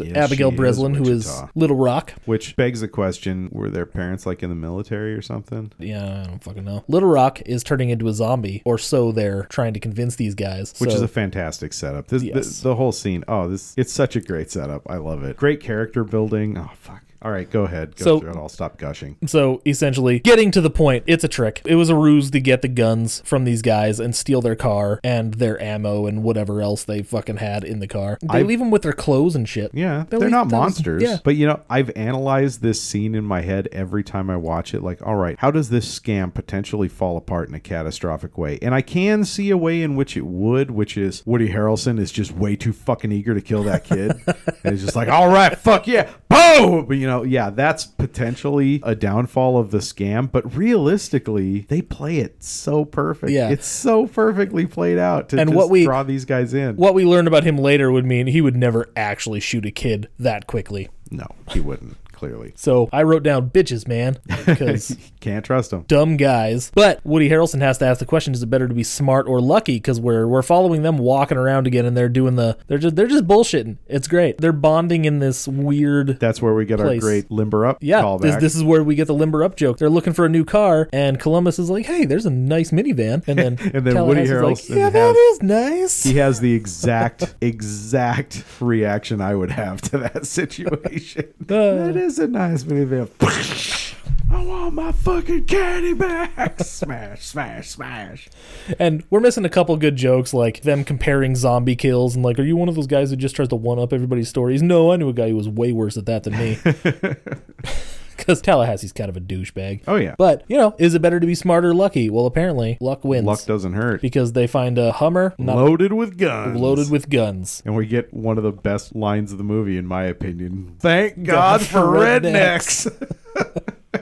S3: Mm-hmm. Yes,
S1: Abigail
S3: she is
S1: Breslin, who is
S3: Wichita.
S1: Little Rock.
S3: Which begs the question were their parents like in the military or something?
S1: Yeah, I don't fucking know. Little Rock is turning into a zombie, or so they're trying to convince these guys.
S3: which
S1: so,
S3: is a fantastic setup. This,
S1: Yes.
S3: the, the whole scene. Oh, this it's such a great setup. I love it. Great character building. Oh fuck. All right, go ahead. Go
S1: So-
S3: through it. I'll stop gushing.
S1: So essentially, getting to the point, it's a trick. It was a ruse to get the guns from these guys and steal their car and their ammo and whatever else they fucking had in the car. They
S3: I-
S1: leave them with their clothes and shit.
S3: Yeah,
S1: They
S3: they're
S1: leave
S3: not
S1: those-
S3: monsters.
S1: Yeah.
S3: But you know, I've analyzed this scene in my head every time I watch it. Like, all right, how does this scam potentially fall apart in a catastrophic way? And I can see a way in which it would, which is Woody Harrelson is just way too fucking eager to kill that kid, and he's just like, all right, fuck yeah, boom. But you know, yeah, that's potentially a downfall of the scam. But realistically, they play it so perfect.
S1: Yeah.
S3: it's so perfectly played out to
S1: And
S3: just
S1: what we-
S3: draw these guys in.
S1: What we learned about him later would mean he would never actually shoot a kid that quickly.
S3: no, he wouldn't. Clearly.
S1: So I wrote down bitches, man, because
S3: Can't trust him.
S1: dumb guys. But Woody Harrelson has to ask the question: Is it better to be smart or lucky? Because we're we're following them walking around again, and they're doing the they're just they're just bullshitting. It's great. They're bonding in this weird.
S3: That's where we get
S1: place.
S3: our great limber up
S1: Yeah,
S3: callback.
S1: this, this is where we get the limber up joke. They're looking for a new car, and Columbus is like, "Hey, there's a nice minivan," and then
S3: And then Woody
S1: Tallahassee's
S3: Harrelson
S1: like, "Yeah,
S3: has-
S1: that is nice."
S3: he has the exact exact reaction I would have to that situation. that is a nice minivan. I want my fucking candy back. smash, smash, smash.
S1: And we're missing a couple good jokes, like them comparing zombie kills and like, are you one of those guys who just tries to one up everybody's stories? No, I knew a guy who was way worse at that than me. Because Tallahassee's kind of a douchebag.
S3: Oh, yeah.
S1: But you know, is it better to be smart or lucky? Well, apparently, luck wins.
S3: Luck doesn't hurt.
S1: because they find a Hummer not
S3: Loaded with guns.
S1: loaded with guns.
S3: And we get one of the best lines of the movie, in my opinion. Thank God, for rednecks.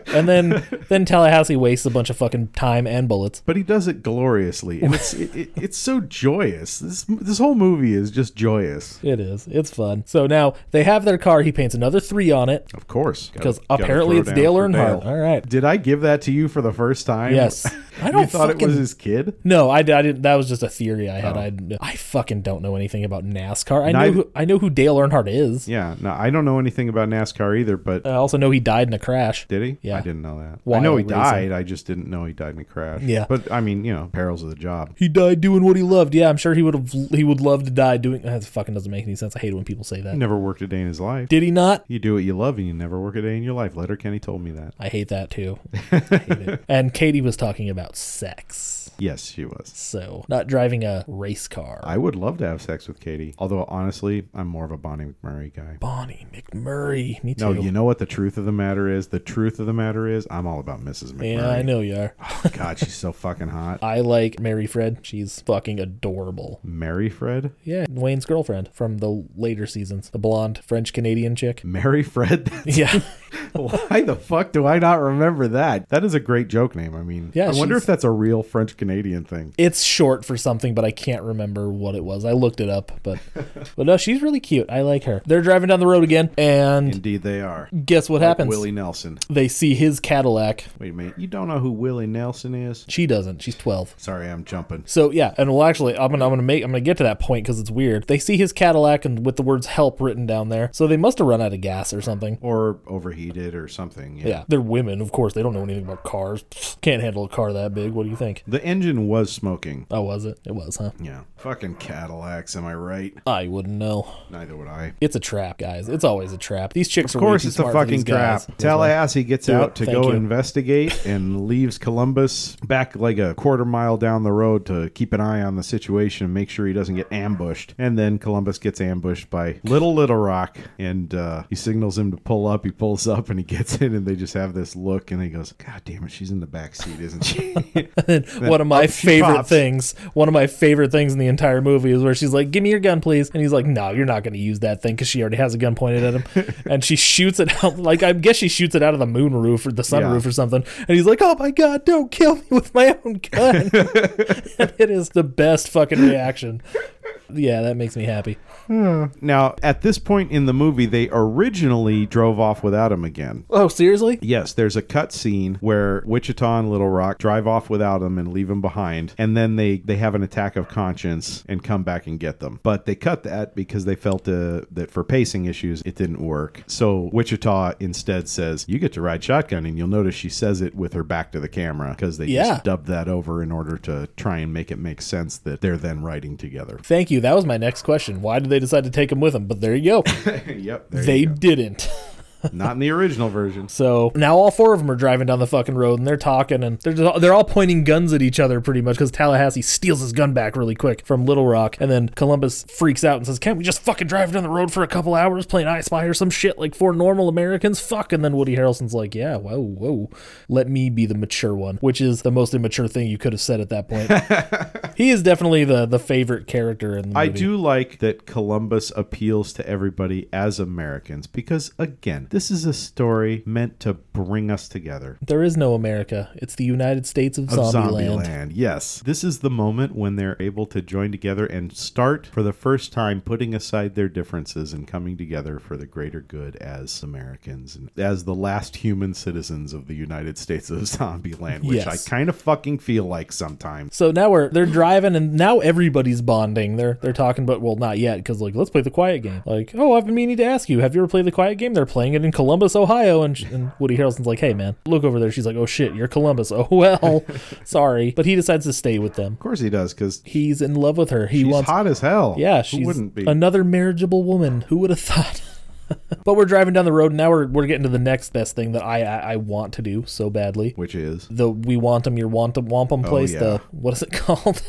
S1: And then then Tallahassee wastes a bunch of fucking time and bullets.
S3: but he does it gloriously, and it's it, it, it's so joyous. This this whole movie is just joyous.
S1: It is. It's fun. So now they have their car. He paints another three on it.
S3: Of course.
S1: Because apparently it's Dale Earnhardt. All right.
S3: Did I give that to you for the first time?
S1: Yes. I
S3: I
S1: don't
S3: you thought it was
S1: fucking-
S3: his kid?
S1: No, I, I didn't. That was just a theory I had.
S3: Oh.
S1: I didn't- I fucking don't know anything about NASCAR. I know
S3: Neither-
S1: who I know who Dale Earnhardt is.
S3: Yeah. No, I don't know anything about NASCAR either, but
S1: I also know he died in a crash.
S3: did he?
S1: Uh, Yeah.
S3: I didn't know that.
S1: Wild
S3: I know he
S1: reason.
S3: died. I just didn't know he died in a crash.
S1: Yeah.
S3: But I mean, you know, perils of the job.
S1: He died doing what he loved. Yeah, I'm sure he would have. He would love to die doing. That fucking doesn't make any sense. I hate it when people say that.
S3: He never worked a day in his life.
S1: Did he not?
S3: you do what you love and you never work a day in your life. Letter Kenny told me that.
S1: I hate that too. I hate it. And Katie was talking about sex,
S3: Yes, she was.
S1: so not driving a race car.
S3: I would love to have sex with Katie. Although honestly, I'm more of a Bonnie McMurray guy.
S1: Bonnie McMurray. Me too.
S3: No, you know what the truth of the matter is? The truth of the matter is I'm all about Mrs. McMurray.
S1: yeah, I know you are.
S3: God, she's so fucking hot.
S1: I like Mary Fred. She's fucking adorable.
S3: Mary Fred?
S1: Yeah, Wayne's girlfriend from the later seasons, the blonde French Canadian chick.
S3: Mary Fred?
S1: Yeah,
S3: Why the fuck do I not remember that? That is a great joke name. I mean,
S1: Yeah,
S3: I wonder
S1: she's-
S3: if that's a real French Canadian thing.
S1: it's short for something, but I can't remember what it was. I looked it up, but but no, she's really cute. I like her. They're driving down the road again, and
S3: Indeed, they are.
S1: guess what happens?
S3: Willie Nelson.
S1: They see his Cadillac.
S3: Wait a minute. You don't know who Willie Nelson is?
S1: She doesn't. She's twelve.
S3: Sorry, I'm jumping.
S1: So yeah, and well, actually, I'm gonna I'm gonna make I'm gonna get to that point because it's weird. They see his Cadillac and with the words "help" written down there, so they must have run out of gas or something.
S3: Or overheated or something.
S1: Yeah, they're women, of course. They don't know anything about cars. Pfft, Can't handle a car that big. What do you think?
S3: The engine was smoking.
S1: Oh, was it? It was, huh?
S3: Yeah. Fucking Cadillacs, am I right?
S1: I wouldn't know.
S3: Neither would I. Of
S1: It's a trap, guys. It's always a trap. These chicks are
S3: course,
S1: way too
S3: it's a
S1: smart for these
S3: fucking
S1: guys.
S3: trap. Tallahassee gets out
S1: it.
S3: to
S1: Thank
S3: go
S1: you.
S3: investigate and leaves Columbus back like a quarter mile down the road to keep an eye on the situation and make sure he doesn't get ambushed. And then Columbus gets ambushed by Little Little Rock and uh, he signals him to pull up. He pulls up and he gets in and they just have this look and he goes, God damn it, she's in the back seat, isn't she?
S1: one of my
S3: she
S1: favorite
S3: pops.
S1: things. One of my favorite things in the entire movie is where she's like, "Give me your gun, please," and he's like, "No, you're not going to use that thing because she already has a gun pointed at him." and she shoots it out. Like I guess she shoots it out of the moon roof or the sunroof
S3: Yeah.
S1: or something. And he's like, "Oh my god, don't kill me with my own gun!" And it is the best fucking reaction. Yeah, that makes me happy.
S3: now, at this point in the movie, they originally drove off without him again.
S1: Oh, seriously?
S3: Yes, there's a cut scene where Wichita and Little Rock drive off without him and leave him behind, and then they they have an attack of conscience and come back and get them. But they cut that because they felt uh, that for pacing issues it didn't work. So Wichita instead says, "You get to ride shotgun," and you'll notice she says it with her back to the camera because they
S1: Yeah.
S3: just dubbed that over in order to try and make it make sense that they're then riding together.
S1: Thank you. That was my next question. Why did they decide to take him with them? But there you go.
S3: yep, there you
S1: they
S3: go.
S1: didn't.
S3: Not in the original version.
S1: So now all four of them are driving down the fucking road and they're talking and they're just, they're all pointing guns at each other pretty much because Tallahassee steals his gun back really quick from Little Rock and then Columbus freaks out and says, "Can't we just fucking drive down the road for a couple hours playing I Spy or some shit like four normal Americans?" Fuck. And then Woody Harrelson's like, "Yeah, whoa, whoa, let me be the mature one," which is the most immature thing you could have said at that point. he is definitely the the favorite character in the movie.
S3: I do like that Columbus appeals to everybody as Americans because, again, this is a story meant to bring us together.
S1: There is no America. It's the United States of,
S3: Of
S1: Zombieland.
S3: Zombieland, yes. This is the moment when they're able to join together and start for the first time putting aside their differences and coming together for the greater good as Americans and as the last human citizens of the United States of Zombieland, which
S1: Yes.
S3: I kind of fucking feel like sometimes.
S1: So now we're they're driving and now everybody's bonding. They're they're talking, but well, not yet because like let's play the quiet game. Like oh, I've been meaning to ask you, have you ever played the quiet game? They're playing it in Columbus, Ohio, and, sh- and Woody Harrelson's like, hey man, look over there. She's like, oh shit, you're Columbus. Oh well, sorry, but he decides to stay with them.
S3: Of course he does, because
S1: He's in love with her. He
S3: he's
S1: wants
S3: hot as hell.
S1: yeah, she's
S3: Who wouldn't be?
S1: another marriageable woman. Who would have thought? but we're driving down the road and now we're we're getting to the next best thing that I I, I want to do so badly.
S3: which is
S1: the we want 'em, your want 'em, womp 'em place.
S3: Oh, yeah.
S1: The what is it called?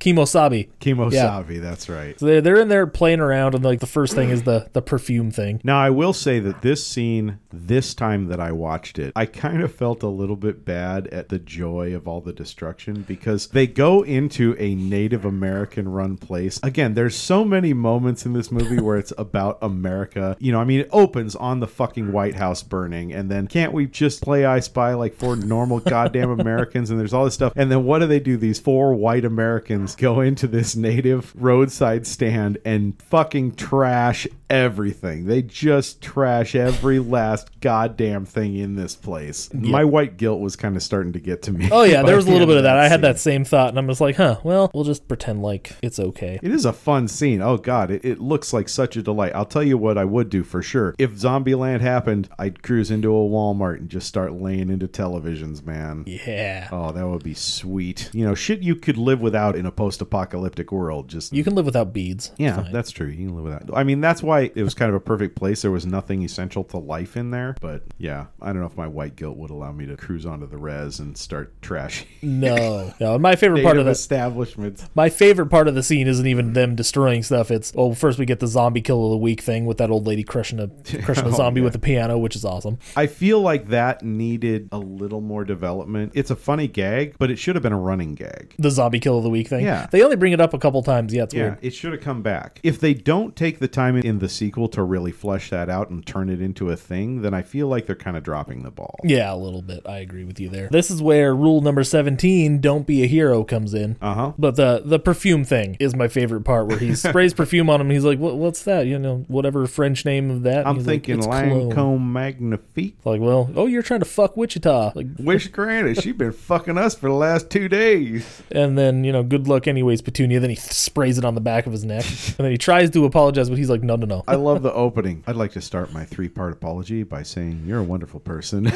S1: Kimosabi.
S3: Kemosabe, that's right.
S1: So they're, they're in there playing around, and like the first thing is the the perfume thing.
S3: Now, I will say that this scene, this time that I watched it, I kind of felt a little bit bad at the joy of all the destruction because they go into a Native American run place. Again, there's so many moments in this movie where it's about America. You know, I mean, it opens on the fucking White House burning, and then can't we just play I Spy like four normal goddamn Americans? And there's all this stuff. And then what do they do? These four white Americans go into this Native roadside stand and fucking trash everything. They just trash every last goddamn thing in this place. My white guilt was kind of starting to get to me.
S1: Oh yeah,
S3: by
S1: there was a
S3: the
S1: little
S3: end
S1: bit of that. I had
S3: scene.
S1: that same thought, and I'm just like, huh. Well, we'll just pretend like it's okay.
S3: It is a fun scene. Oh god, it, it looks like such a delight. I'll tell you what I would do for sure. If Zombieland happened, I'd cruise into a Walmart and just start laying into televisions, man.
S1: Yeah,
S3: Oh, that would be sweet. You know, shit you could live without in a post-apocalyptic world. Just
S1: you can live without beads.
S3: yeah, that's true. You can live without. I mean, that's why it was kind of a perfect place. There was nothing essential to life in there. But yeah, I don't know if my white guilt would allow me to cruise onto the res and start trashing
S1: No, no. And my favorite part of
S3: native
S1: this.
S3: establishments.
S1: My favorite part of the scene isn't even them destroying stuff. It's oh, first we get the zombie kill of the week thing with that old lady crushing a crushing
S3: Oh,
S1: a zombie with a piano, which is awesome.
S3: I feel like that needed a little more development. It's a funny gag, but it should have been a running gag.
S1: The zombie kill of the week thing.
S3: Yeah.
S1: They only bring it up a couple times. Yeah, it's
S3: Yeah,
S1: weird.
S3: it should have come back. If they don't take the time in the sequel to really flesh that out and turn it into a thing, then I feel like they're kind of dropping the ball.
S1: Yeah, a little bit. I agree with you there. This is where rule number 17, don't be a hero, comes in.
S3: Uh-huh.
S1: But the the perfume thing is my favorite part where he sprays perfume on him. He's like, what, what's that? You know, whatever French name of that.
S3: I'm
S1: He's like,
S3: thinking
S1: "It's
S3: Lancome
S1: cologne."
S3: Magnifique.
S1: Like, well, oh, you're trying to fuck Wichita. Like,
S3: Wish granted, she's been fucking us for the last two days.
S1: and then, you know, good luck anyways, Petunia. Then he sprays it on the back of his neck. and then he tries to apologize, but he's like, no, no, no.
S3: I love the opening. I'd like to start my three part apology by saying you're a wonderful person.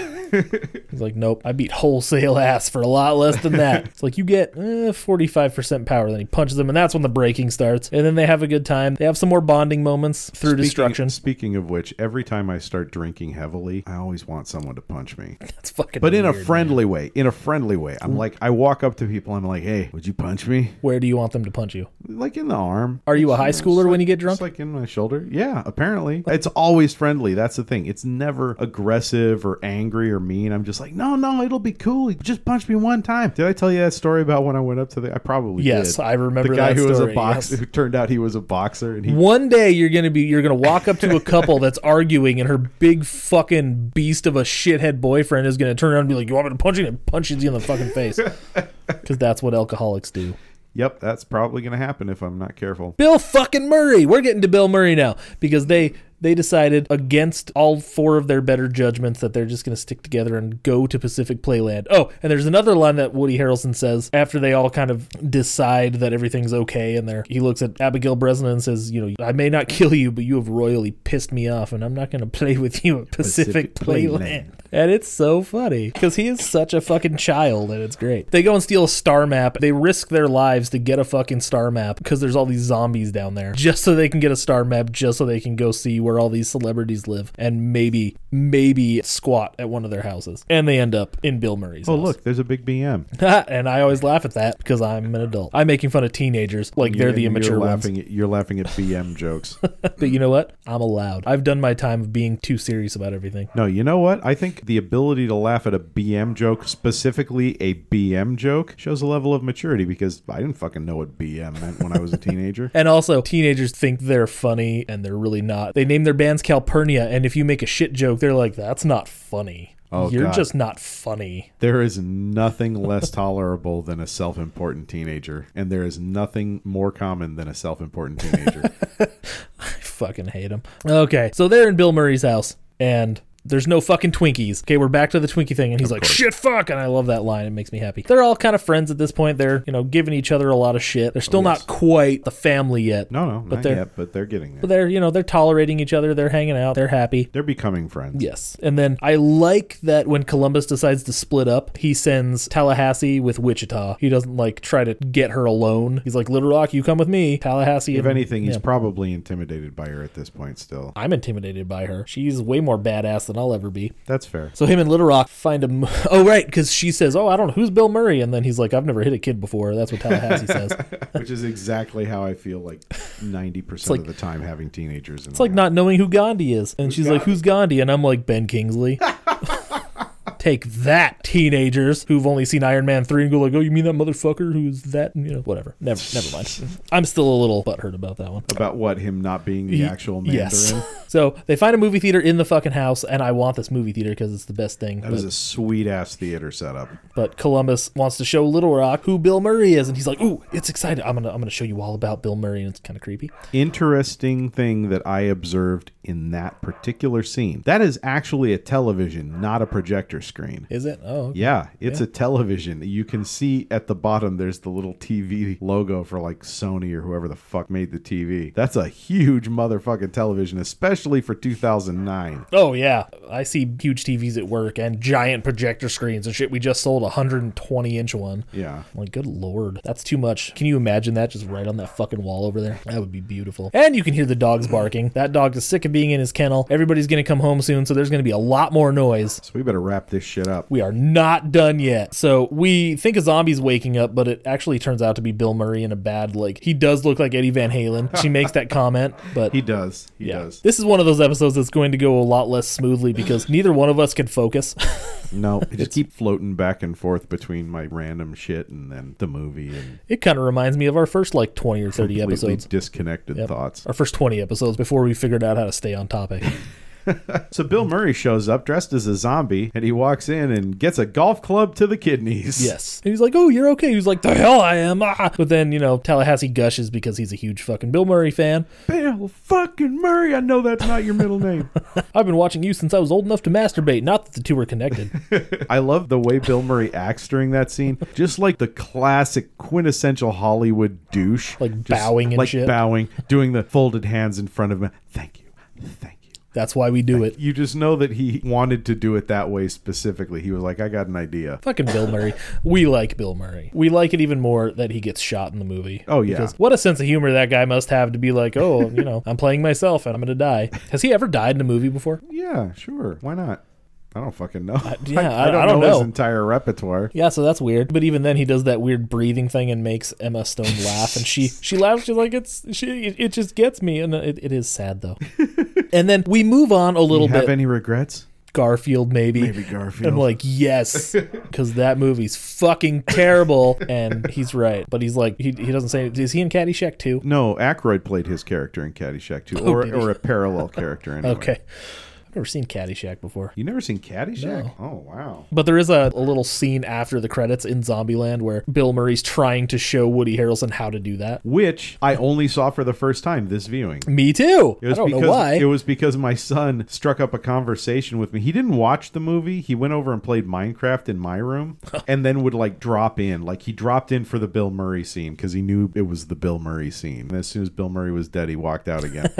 S1: He's like, nope, I beat wholesale ass for a lot less than that. it's like you get eh, 45% power. Then he punches him, and that's when the breaking starts. And then they have a good time. They have some more bonding moments through destruction.
S3: Speaking of which, every time I start drinking heavily, I always want someone to punch me.
S1: That's fucking
S3: But in a
S1: weird.
S3: friendly way. In a friendly way. I'm like, I walk up to people. I'm like, hey, would you punch me?
S1: Where do you want them to punch you?
S3: Like in the arm.
S1: Are you a
S3: Just,
S1: high
S3: know, just
S1: schooler when
S3: like-
S1: you get drunk?
S3: Just like in my shoulder. Yeah, apparently. It's always friendly. That's the thing. It's never aggressive or angry or mean. I'm just like, no, no, it'll be cool. You Just punch me one time. Did I tell you that story about when I went up to the? I probably
S1: Yes,
S3: did.
S1: I remember
S3: the guy
S1: that
S3: who was a
S1: story,
S3: boxer
S1: yes.
S3: who turned out he was a boxer and he
S1: One day you're gonna be you're gonna walk up to a couple that's arguing, and her big fucking beast of a shithead boyfriend is gonna turn around and be like, "You want me to punch you?" and punches you in the fucking face. Because that's what alcoholics do.
S3: Yep, that's probably going to happen if I'm not careful.
S1: Bill fucking Murray. We're getting to Bill Murray now because they they decided against all four of their better judgments that they're just going to stick together and go to Pacific Playland. Oh, and there's another line that Woody Harrelson says after they all kind of decide that everything's okay and they're he looks at Abigail Breslin and says, you know, I may not kill you, but you have royally pissed me off and I'm not going to play with you at Pacific,
S3: Pacific
S1: Playland.
S3: Playland.
S1: And it's so funny because he is such a fucking child and it's great. They go and steal a star map. They risk their lives to get a fucking star map because there's all these zombies down there just so they can get a star map, just so they can go see where all these celebrities live and maybe, maybe squat at one of their houses. And they end up in Bill Murray's
S3: Oh,
S1: house.
S3: look, there's a big BM.
S1: and I always laugh at that because I'm an adult. I'm making fun of teenagers like they're the
S3: And
S1: immature
S3: you're
S1: ones.
S3: laughing at, you're laughing at BM jokes.
S1: But you know what? I'm allowed. I've done my time of being too serious about everything.
S3: No, you know what? I think the ability to laugh at a BM joke, specifically a BM joke, shows a level of maturity because I didn't fucking know what BM meant when I was a teenager.
S1: And also, teenagers think they're funny and they're really not. They name their bands Calpurnia, and if you make a shit joke, they're like, that's not funny.
S3: Oh,
S1: You're
S3: God.
S1: just not funny.
S3: There is nothing less tolerable than a self important teenager, and there is nothing more common than a self important teenager.
S1: I fucking hate them. Okay, so they're in Bill Murray's house, and there's no fucking Twinkies. Okay, we're back to the Twinkie thing, and he's like, shit, fuck. And I love that line. It makes me happy. They're all kind of friends at this point. They're, you know, giving each other a lot of shit. They're still not quite the family yet.
S3: Oh, No, no,
S1: But
S3: not
S1: they're-
S3: yet, but they're getting
S1: But
S3: there.
S1: they're, you know, they're tolerating each other. They're hanging out. They're happy.
S3: They're becoming friends.
S1: Yes. And then I like that when Columbus decides to split up, he sends Tallahassee with Wichita. He doesn't like try to get her alone. He's like, Little Rock, you come with me. Tallahassee.
S3: If
S1: and-
S3: anything, he's
S1: yeah.
S3: probably intimidated by her at this point still.
S1: I'm intimidated by her. She's way more badass than I'll ever be.
S3: That's fair.
S1: So him and Little Rock find him. Oh, right. Because she says, Oh, I don't know. Who's Bill Murray? And then he's like, I've never hit a kid before. That's what Tallahassee says.
S3: Which is exactly how I feel like 90%
S1: like-
S3: of the time having teenagers.
S1: It's like not knowing who Gandhi is. And she's like, Who's Gandhi? And I'm like, Ben Kingsley. Take that, teenagers who've only seen Iron Man 3 and go like, Oh, you mean that motherfucker who's that? You know, whatever. Never never mind. I'm still a little butthurt about that one.
S3: About what? Him not being the actual Mandarin?
S1: Yes. so they find a movie theater in the fucking house, and I want this movie theater because it's the best thing.
S3: That
S1: but-
S3: was a sweet ass theater setup.
S1: but Columbus wants to show Little Rock who Bill Murray is, and he's like, "Ooh, it's exciting! I'm gonna, I'm gonna show you all about Bill Murray." And it's kind of creepy.
S3: Interesting thing that I observed in that particular scene. That is actually a television, not a projector screen.
S1: Is it? Oh, okay.
S3: Yeah, it's a television. You can see at the bottom there's the little TV logo for like Sony or whoever the fuck made the TV. That's a huge motherfucking television, especially for 2009.
S1: Oh yeah, I see huge TVs at work and giant projector screens and shit. We just sold a 120 inch one.
S3: Yeah.
S1: I'm like, good lord, that's too much. Can you imagine that just right on that fucking wall over there? That would be beautiful. And you can hear the dogs barking. That dog is sick of being in his kennel. Everybody's gonna come home soon, so there's gonna be a lot more noise.
S3: So we better wrap this shit up.
S1: We are not done yet. So we think a zombie's waking up, but it actually turns out to be Bill Murray in a bad like he does look like Eddie Van Halen. She makes that comment, but
S3: He does. He does.
S1: This is one of those episodes that's going to go a lot less smoothly because neither one of us can focus.
S3: No, I just keep floating back and forth between my random shit and then the movie and
S1: it kind of reminds me of our first like 20 or 30
S3: completely
S1: episodes.
S3: disconnected thoughts.
S1: Our first 20 episodes before we figured out how to stay on topic.
S3: So Bill Murray shows up dressed as a zombie and he walks in and gets a golf club to the kidneys.
S1: yes. And he's like, oh, you're okay. He's like, the hell I am. Ah. But then, you know, Tallahassee gushes because he's a huge fucking Bill Murray fan.
S3: Bill fucking Murray. I know that's not your middle name.
S1: I've been watching you since I was old enough to masturbate. Not that the two were connected.
S3: I love the way Bill Murray acts during that scene. Just like the classic quintessential Hollywood douche.
S1: Like
S3: Just
S1: bowing and
S3: like
S1: shit.
S3: bowing, doing the folded hands in front of him. Thank you. Thank you.
S1: That's why we do it.
S3: You just know that he wanted to do it that way specifically. He was like, I got an idea.
S1: Fucking Bill Murray. We like Bill Murray. We like it even more that he gets shot in the movie.
S3: Oh, yeah.
S1: Because what a sense of humor that guy must have to be like, oh, you know, I'm playing myself and I'm gonna die. Has he ever died in a movie before?
S3: Yeah, sure. Why not? I don't fucking know.
S1: Uh, yeah, I- I don't
S3: his
S1: know.
S3: entire repertoire.
S1: Yeah, so that's weird. But even then, he does that weird breathing thing and makes Emma Stone laugh, and she she laughs. She's like, "It's she, it, it just gets me," and it, it is sad though. and then we move on a little
S3: Have
S1: bit.
S3: any regrets?
S1: Garfield, maybe.
S3: Maybe Garfield.
S1: I'm like, yes, because that movie's fucking terrible, and he's right. But he's like, he, he doesn't say. Is he in Caddyshack too?
S3: No, Aykroyd played his character in Caddyshack too, or,
S1: Oh, did he?
S3: or a parallel character anyway.
S1: Okay, I've never seen Caddyshack before.
S3: You never seen Caddyshack? Oh wow.
S1: But there is a, a little scene after the credits in Zombieland where Bill Murray's trying to show Woody Harrelson how to do that.
S3: Which I only saw for the first time this viewing.
S1: Me too.
S3: It was
S1: I don't
S3: because
S1: know why.
S3: it was because my son struck up a conversation with me. He didn't watch the movie. He went over and played Minecraft in my room, and then would like drop in. Like he dropped in for the Bill Murray scene because he knew it was the Bill Murray scene. And as soon as Bill Murray was dead, he walked out again.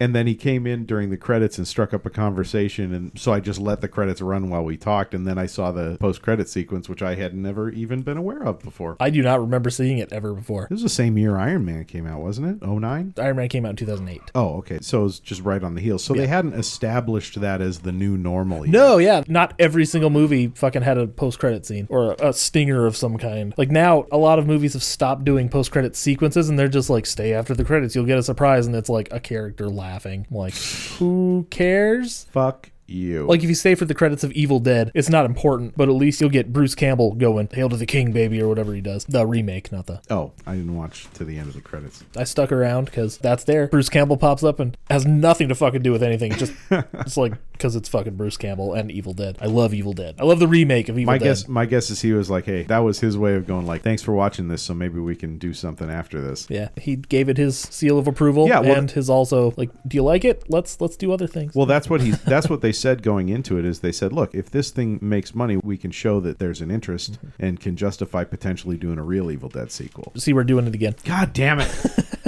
S3: and then he came in during the credits and struck up a conversation, and so I just let the credits run while we talked, and then I saw the post-credit sequence, which I had never even been aware of before.
S1: I do not remember seeing it ever before.
S3: This was the same year Iron Man came out, wasn't it? 09?
S1: Iron Man came out in 2008.
S3: Oh, okay. So it was just right on the heels. So they hadn't established that as the new normal. yet.
S1: No, yeah, not every single movie fucking had a post-credit scene or a, a stinger of some kind. Like now, a lot of movies have stopped doing post-credit sequences, and they're just like, "Stay after the credits, you'll get a surprise," and it's like a character laughing. I'm like, who cares?
S3: Fuck you.
S1: Like if you stay for the credits of Evil Dead, it's not important, but at least you'll get Bruce Campbell going "Hail to the King, baby" or whatever he does. The remake, not the.
S3: oh, I didn't watch to the end of the credits.
S1: I stuck around because that's there. Bruce Campbell pops up and has nothing to fucking do with anything. Just it's like because it's fucking Bruce Campbell and Evil Dead. I love Evil Dead. I love the remake of Evil
S3: My
S1: Dead.
S3: guess, my guess is he was like, "Hey, that was his way of going like, thanks for watching this, so maybe we can do something after this."
S1: Yeah, he gave it his seal of approval.
S3: Yeah, well-
S1: and his also like, do you like it? Let's let's do other things.
S3: Well, that's what he that's what they said going into it is they said, "Look, if this thing makes money, we can show that there's an interest
S1: Mm-hmm.
S3: and can justify potentially doing a real Evil Dead sequel."
S1: See, we're doing it again.
S3: God damn it.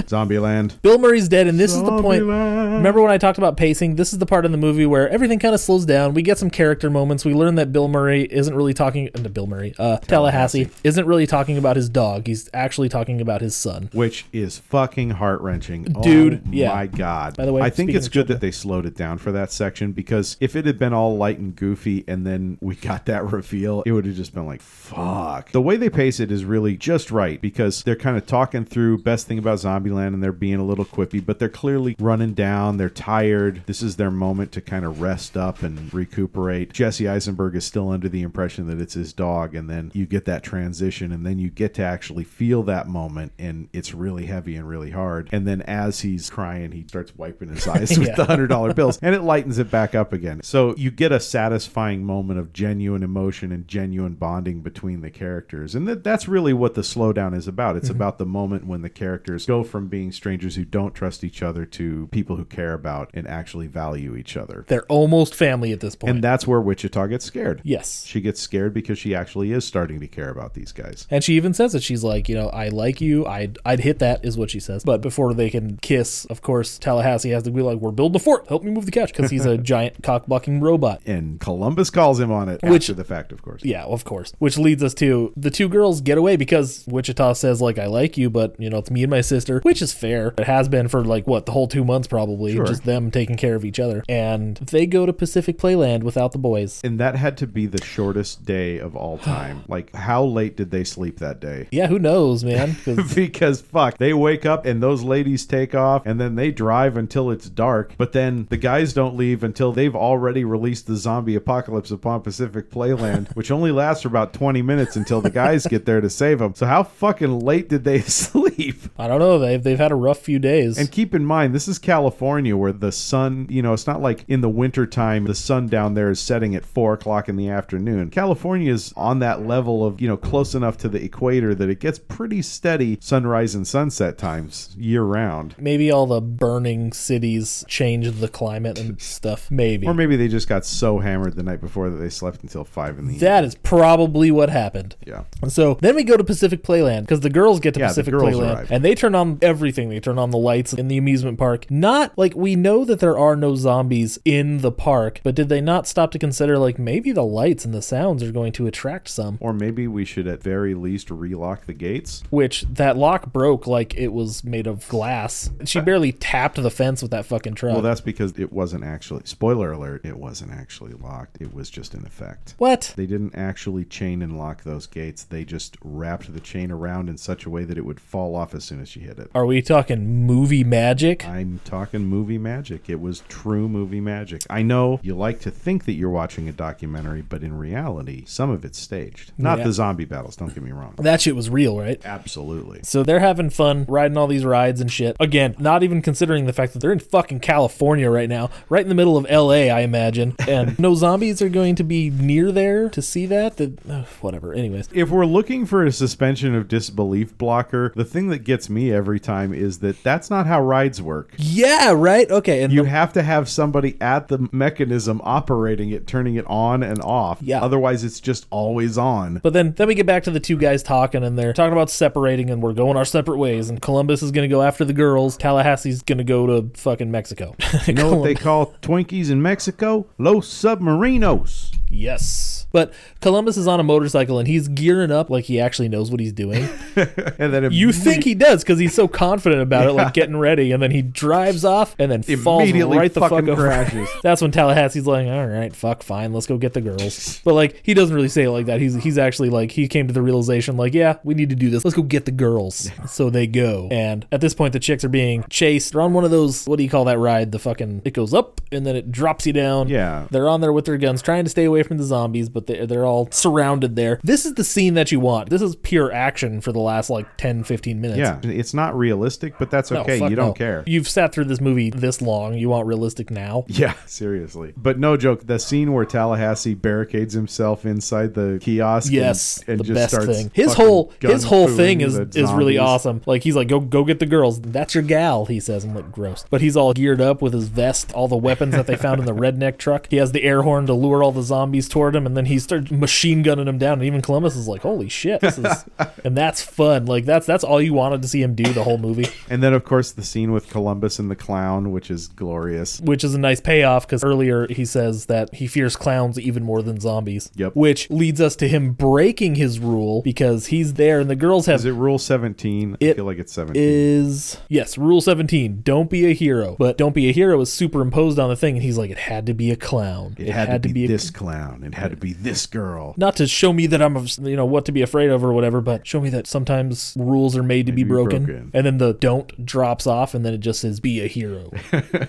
S3: Zombieland.
S1: Bill Murray's dead, and this is the point.
S3: Zombieland.
S1: Remember when I talked about pacing? This is the part in the movie where everything kind of slows down. We get some character moments. We learn that Bill Murray isn't really talking. uh, Bill Murray, uh, Tallahassee isn't really talking about his dog. He's actually talking about his son.
S3: which is fucking heart wrenching,
S1: Dude,
S3: Oh,
S1: yeah.
S3: my god.
S1: By the way,
S3: I think
S1: speaking
S3: it's
S1: of
S3: good that they slowed it down for that section because if it had been all light and goofy, and then we got that reveal, it would have just been like, fuck. The way they pace it is really just right because they're kind of talking through best thing about Zombieland, and they're being a little quippy, but they're clearly running down. They're tired. This is their moment to kind of rest up and recuperate. Jesse Eisenberg is still under the impression that it's his dog, and then you get that transition, and then you get to actually feel that moment, and it's really heavy and really hard. And then as he's crying, he starts wiping his eyes with
S1: Yeah.
S3: the hundred dollar bills, and it lightens it back up again. So you get a satisfying moment of genuine emotion and genuine bonding between the characters, and that, that's really what the slowdown is about.
S1: Mm-hmm.
S3: It's about the moment when the characters go from being strangers who don't trust each other to people who care about and actually value each other.
S1: They're almost family at this point.
S3: And that's where Wichita gets scared.
S1: yes,
S3: She gets scared because she actually is starting to care about these guys.
S1: And she even says it. She's like, you know, I like you. I'd, I'd hit that, is what she says. But before they can kiss, of course, Tallahassee has to be like, we're building a fort. Help me move the couch because he's a giant cock blocking robot.
S3: And Columbus calls him on it
S1: Which-
S3: after the fact, of course.
S1: Yeah, of course. Which leads us to the two girls get away because Wichita says, like, I like you, but, you know, it's me and my sister, which is fair. It has been for, like, what, the whole two months probably. Just them taking care of each other. And they go to Pacific Playland without the boys.
S3: And that had to be the shortest day of all time. Like, how late did they sleep that day?
S1: Yeah, who knows, man? 'Cause-
S3: because fuck, they wake up and those ladies take off and then they drive until it's dark. But then the guys don't leave until they've already released the zombie apocalypse upon Pacific Playland, which only lasts for about 20 minutes until the guys get there to save them. So, how fucking late did they sleep?
S1: I don't know. They've, they've had a rough few days.
S3: And keep in mind, this is California where the sun, you know, it's not like in the wintertime, the sun down there is setting at four o'clock in the afternoon. California is on that level of, you know, close enough to the equator that it gets pretty steady sunrise and sunset times year round.
S1: Maybe all the burning cities changed the climate and stuff. Maybe.
S3: Or maybe they just got so hammered the night before that they slept until five in the evening.
S1: that is probably what happened.
S3: Yeah.
S1: And So then we go to Pacific Playland because the girls get to
S3: Yeah, the
S1: Pacific
S3: girls
S1: Playland
S3: arrive.
S1: and they turn on everything. They turn on the lights in the amusement park. Not like we know that there are no zombies in the park, but did they not stop to consider like maybe the lights and the sounds are going to attract some?
S3: Or maybe we should at very least relock the gates.
S1: Which that lock broke like it was made of glass. She barely tapped the fence with that fucking truck.
S3: Well, that's because it wasn't actually, spoiler alert, it wasn't actually locked. It was just in effect.
S1: what?
S3: They didn't actually chain and lock those gates. They just wrapped the chain around in such a way that it would fall off as soon as she hit it.
S1: Are we talking movie magic?
S3: I'm talking movie magic. It was true movie magic. I know you like to think that you're watching a documentary, but in reality, some of it's staged. Not
S1: Yeah.
S3: the zombie battles, don't get me wrong.
S1: That shit was real, right?
S3: Absolutely.
S1: So they're having fun riding all these rides and shit. Again, not even considering the fact that they're in fucking California right now, right in the middle of LA, I imagine. And no zombies are going to be near there to see that. That ugh, whatever. Anyways,
S3: If we're looking for a suspension of disbelief blocker, the thing that gets me every time is that that's not how rides work.
S1: Yeah, right? Okay. And
S3: You
S1: the-
S3: have to have somebody at the mechanism operating it, turning it on and off.
S1: Yeah.
S3: Otherwise, it's just always on.
S1: But then, then we get back to the two guys talking, and they're talking about separating, and we're going our separate ways. And Columbus is going to go after the girls. Tallahassee's going to go to fucking Mexico.
S3: You know what they call Twinkies in Mexico? Los submarinos.
S1: yes. But Columbus is on a motorcycle, and he's gearing up like he actually knows what he's doing.
S3: And then
S1: You think he does because he's so confident about it, like getting ready, and then he drives off and then falls
S3: Immediately
S1: right the fuck
S3: fucking
S1: over.
S3: crashes.
S1: That's when Tallahassee's like, "All right, fuck, fine, let's go get the girls." But like, he doesn't really say it like that. He's he's actually like he came to the realization like, "Yeah, we need to do this. Let's go get the girls." So they go, and at this point, the chicks are being chased. They're on one of those what do you call that ride? The fucking it goes up and then it drops you down.
S3: Yeah.
S1: They're on there with their guns, trying to stay away from the zombies, but they're, they're all surrounded there. This is the scene that you want. This is pure action for the last like 10, 15 minutes.
S3: Yeah, it's not realistic, but that's
S1: No,
S3: okay.
S1: fuck
S3: you don't
S1: no.
S3: care.
S1: You've sat through this movie this long. You want realistic now?
S3: Yeah, seriously. But no joke, the scene where Tallahassee barricades himself inside the kiosk and-
S1: Yes,
S3: and,
S1: the
S3: just
S1: best
S3: starts
S1: thing. His
S3: fucking
S1: whole his whole
S3: gun-pooing
S1: thing is
S3: the
S1: is really
S3: zombies.
S1: awesome. Like he's like, go go get the girls. That's your gal. He says, I'm like gross, but he's all geared up with his vest, all the weapons that they found in the redneck truck. He has the air horn to lure all the zombies toward him, and then he starts machine gunning them down. And even Columbus is like, holy shit, this is, and that's fun. Like that's that's all you wanted to see him do the whole movie.
S3: And then of course the scene with Columbus and the clown, which is glorious.
S1: which is a nice payoff because earlier he says that he fears clowns even more than zombies.
S3: Yep.
S1: Which leads us to him breaking his rule because he's there and the girls have.
S3: Is it rule 17? I
S1: It
S3: feel like it's 17.
S1: Is yes, rule 17 don't be a hero, but don't be a hero is superimposed on the thing. And he's like, it had to be a clown,
S3: it, had to be,
S1: a
S3: this clown. It had to be this girl.
S1: not to show me that I'm, you know, what to be afraid of or whatever, but show me that sometimes rules are made to be
S3: be
S1: broken.
S3: broken.
S1: And then the don't drops off, and then it just says, be a hero. and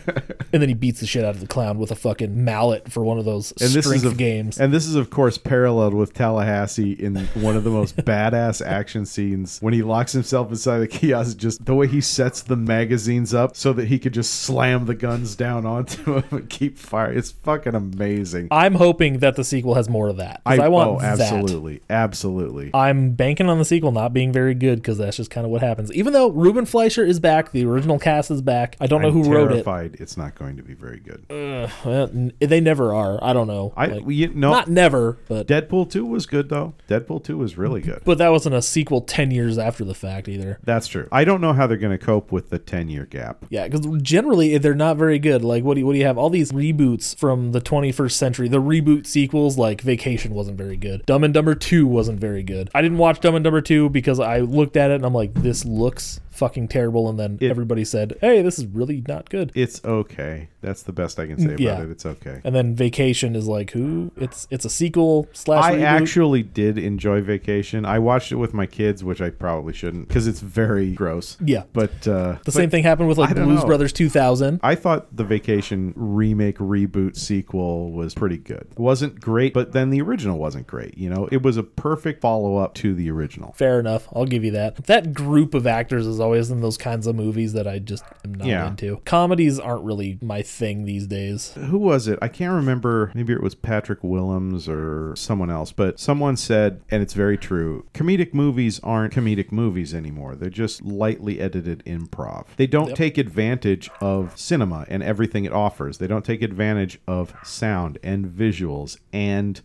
S1: then he beats the shit out of the clown with a fucking mallet for one of those
S3: And this
S1: strength
S3: is of,
S1: games.
S3: And this is of course paralleled with Tallahassee in one of the most badass action scenes when he locks himself inside the kiosk just the way he sets the magazines up so that he could just slam the guns down onto him and keep firing. It's fucking amazing.
S1: I'm hoping that the sequel has more of that. Uh, 'cause I, want
S3: oh,
S1: that.
S3: absolutely. Absolutely.
S1: I'm banking on the sequel not being very good because that's just kind of what happens. Even though Ruben Fleischer is back, the original cast is back. I don't know
S3: I'm
S1: who wrote
S3: terrified it's not going to be very good.
S1: it. Well, n- they never are. I don't know.
S3: I
S1: Like,
S3: you know
S1: not never, but
S3: Deadpool 2 was good though. Deadpool 2 was really good.
S1: but that wasn't a sequel 10 years after the fact either.
S3: That's true. I don't know how they're going to cope with the 10 year gap.
S1: Yeah, because generally eh, they're not very good. Like, what do you, what do you have? All these reboots from the 21st century. The reboot sequels, like Vacation, wasn't very good. Dumb and Dumber Two wasn't very good. I didn't watch Dumb and Dumber Two because I looked at it and I'm like, this looks fucking terrible. And then
S3: It-
S1: everybody said, hey, this is really not good.
S3: It's okay. That's the best I can say about
S1: Yeah.
S3: it. It's okay.
S1: and then Vacation is like, who? It's it's a sequel slash
S3: I
S1: reboot.
S3: actually did enjoy Vacation. I watched it with my kids, which I probably shouldn't because it's very gross.
S1: Yeah.
S3: But uh,
S1: the same thing happened with
S3: I
S1: like
S3: don't
S1: Blues
S3: know.
S1: Brothers 2000.
S3: I thought the Vacation remake reboot sequel was pretty good. It wasn't great, but then the original wasn't great. You know, it was a perfect follow up to the original.
S1: Fair enough. I'll give you that. That group of actors is always in those kinds of movies that I just am not
S3: Yeah.
S1: into. Comedies aren't really my thing these days.
S3: who was it? I can't remember. Maybe it was Patrick Willems or someone else, but someone said, and it's very true comedic movies aren't comedic movies anymore. They're just lightly edited improv. They don't take advantage of cinema and everything it offers, they don't take advantage of sound and visuals and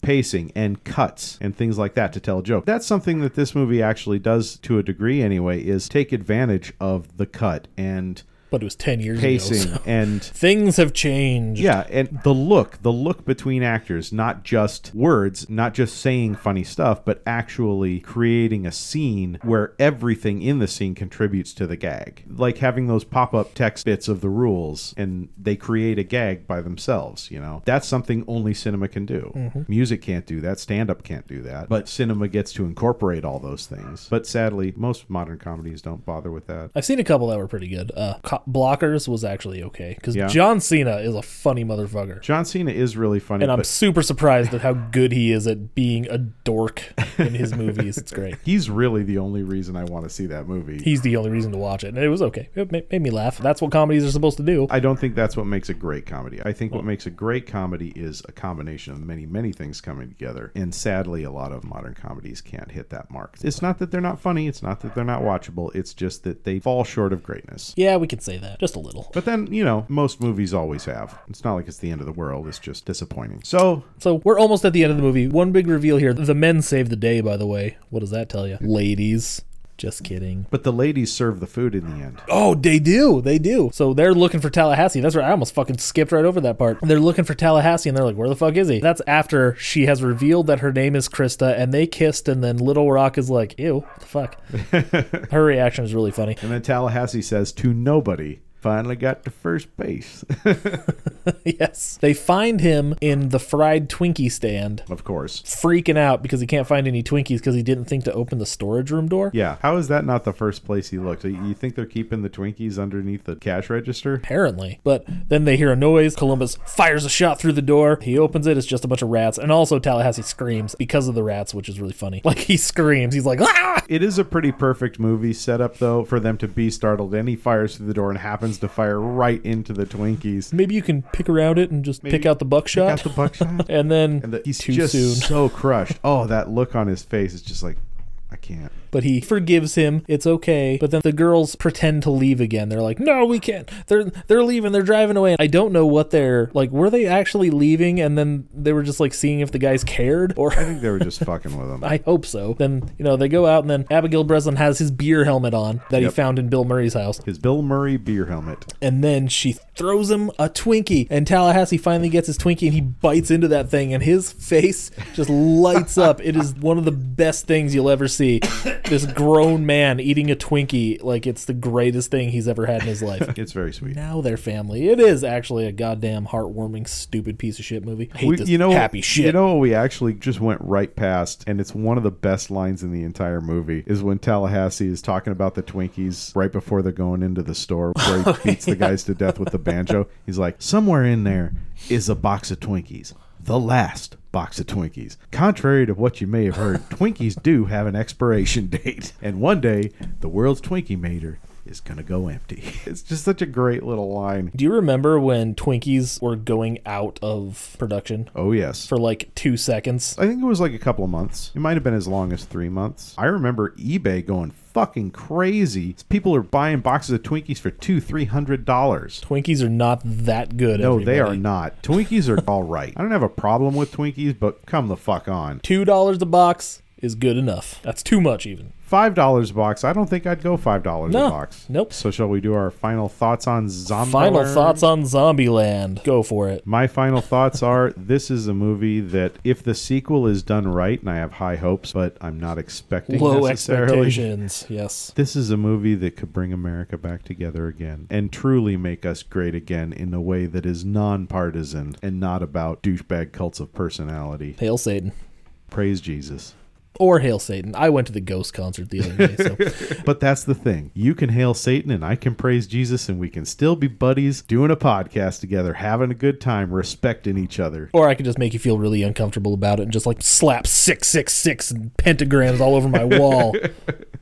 S3: pacing and cuts and things like that to tell a joke. That's something that this movie actually does to a degree anyway is take advantage of the cut and
S1: But it was 10 years ago.
S3: pacing
S1: so
S3: and
S1: Things have changed.
S3: yeah, and the look, the look between actors, not just words, not just saying funny stuff, but actually creating a scene where everything in the scene contributes to the gag. Like having those pop up text bits of the rules and they create a gag by themselves, you know? That's something only cinema can do.
S1: Mm-hmm.
S3: Music can't do that, stand up can't do that, but cinema gets to incorporate all those things. But sadly, most modern comedies don't bother with that.
S1: I've seen a couple that were pretty good. Uh, co- co- blockers was actually okay because
S3: Yeah.
S1: John Cena is a funny motherfucker.
S3: John Cena is really funny,
S1: And I'm
S3: but
S1: super surprised at how good he is at being a dork in his movies. It's great.
S3: he's really the only reason I want to see that movie.
S1: He's the only reason to watch it. And it was okay. It ma- made me laugh. That's what comedies are supposed to do.
S3: I don't think that's what makes a great comedy. I think what makes a great comedy is a combination of many, many things coming together. And sadly, a lot of modern comedies can't hit that mark. It's not that they're not funny, it's not that they're not watchable, it's just that they fall short of greatness.
S1: Yeah, we can say that. Just a little.
S3: But then, you know, most movies always have. It's not like it's the end of the world, it's just disappointing. So,
S1: So we're almost at the end of the movie. One big reveal here. The men save the day, by the way. What does that tell you? Ladies. Just kidding.
S3: but the ladies serve the food in the end.
S1: Oh, they do. They do. So they're looking for Tallahassee. That's right. I almost fucking skipped right over that part. They're looking for Tallahassee and they're like, where the fuck is he? That's after she has revealed that her name is Krista and they kissed and then Little Rock is like, ew, what the fuck? her reaction is really funny.
S3: And then Tallahassee says to nobody, finally got to first base.
S1: yes. They find him in the fried Twinkie stand.
S3: of course.
S1: Freaking out because he can't find any Twinkies because he didn't think to open the storage room door.
S3: Yeah. How is that not the first place he looked? You think they're keeping the Twinkies underneath the cash register?
S1: apparently. But then they hear a noise. Columbus fires a shot through the door. He opens it. It's just a bunch of rats. And also Tallahassee screams because of the rats, which is really funny. Like he screams. He's like, ah!
S3: It is a pretty perfect movie setup, though, for them to be startled. And he fires through the door and happens to fire right into the Twinkies.
S1: Maybe you can pick around it and just pick out the buckshot.
S3: Got the buckshot.
S1: and then
S3: and the, he's
S1: too
S3: just
S1: soon.
S3: so crushed. Oh, that look on his face is just like, I can't.
S1: But he forgives him. It's okay. But then the girls pretend to leave again. They're like, "No, we can't." They're they're leaving. They're driving away. I don't know what they're like. Were they actually leaving? And then they were just like seeing if the guys cared or
S3: I think they were just fucking with him.
S1: I hope so. Then you know they go out, and then Abigail Breslin has his beer helmet on that he
S3: Yep.
S1: found in Bill Murray's house,
S3: His Bill Murray beer helmet.
S1: and then she throws him a Twinkie, and Tallahassee finally gets his Twinkie, and he bites into that thing, and his face just lights up. It is one of the best things you'll ever see. This grown man eating a Twinkie, like it's the greatest thing he's ever had in his life.
S3: It's very sweet.
S1: Now they're family. It is actually a goddamn heartwarming, stupid piece of shit movie. I hate
S3: We-
S1: this you know, happy shit.
S3: You know what we actually just went right past, and it's one of the best lines in the entire movie is when Tallahassee is talking about the Twinkies right before they're going into the store where
S1: Oh,
S3: he beats the guys to death with the banjo. He's like, somewhere in there is a box of Twinkies. The last box of Twinkies. Contrary to what you may have heard, Twinkies do have an expiration date. And one day, the world's Twinkie mater is going to go empty. It's just such a great little line.
S1: Do you remember when Twinkies were going out of production
S3: Oh, yes.
S1: for like two seconds?
S3: I think it was like a couple of months. It might have been as long as three months. I remember eBay going fucking crazy. People are buying boxes of Twinkies for two, three hundred dollars.
S1: Twinkies are not that good.
S3: No, they are
S1: everybody.
S3: not. Twinkies are all right. I don't have a problem with Twinkies, but come the fuck on.
S1: Two dollars a box is good enough. That's too much even.
S3: Five dollars a box. I don't think I'd go five dollars
S1: No.
S3: a box.
S1: Nope.
S3: So shall we do our final thoughts on zombie?
S1: Final thoughts on Zombieland. Go for it.
S3: My final thoughts are this is a movie that if the sequel is done right, and I have high hopes, but I'm not expecting
S1: Low
S3: necessarily.
S1: expectations. Yes.
S3: This is a movie that could bring America back together again and truly make us great again in a way that is nonpartisan and not about douchebag cults of personality.
S1: Hail Satan.
S3: Praise Jesus.
S1: Or Hail Satan. I went to the Ghost concert the other day, so
S3: But that's the thing. You can hail Satan and I can praise Jesus and we can still be buddies doing a podcast together, having a good time, respecting each other.
S1: or I could just make you feel really uncomfortable about it and just like slap six six six and pentagrams all over my wall.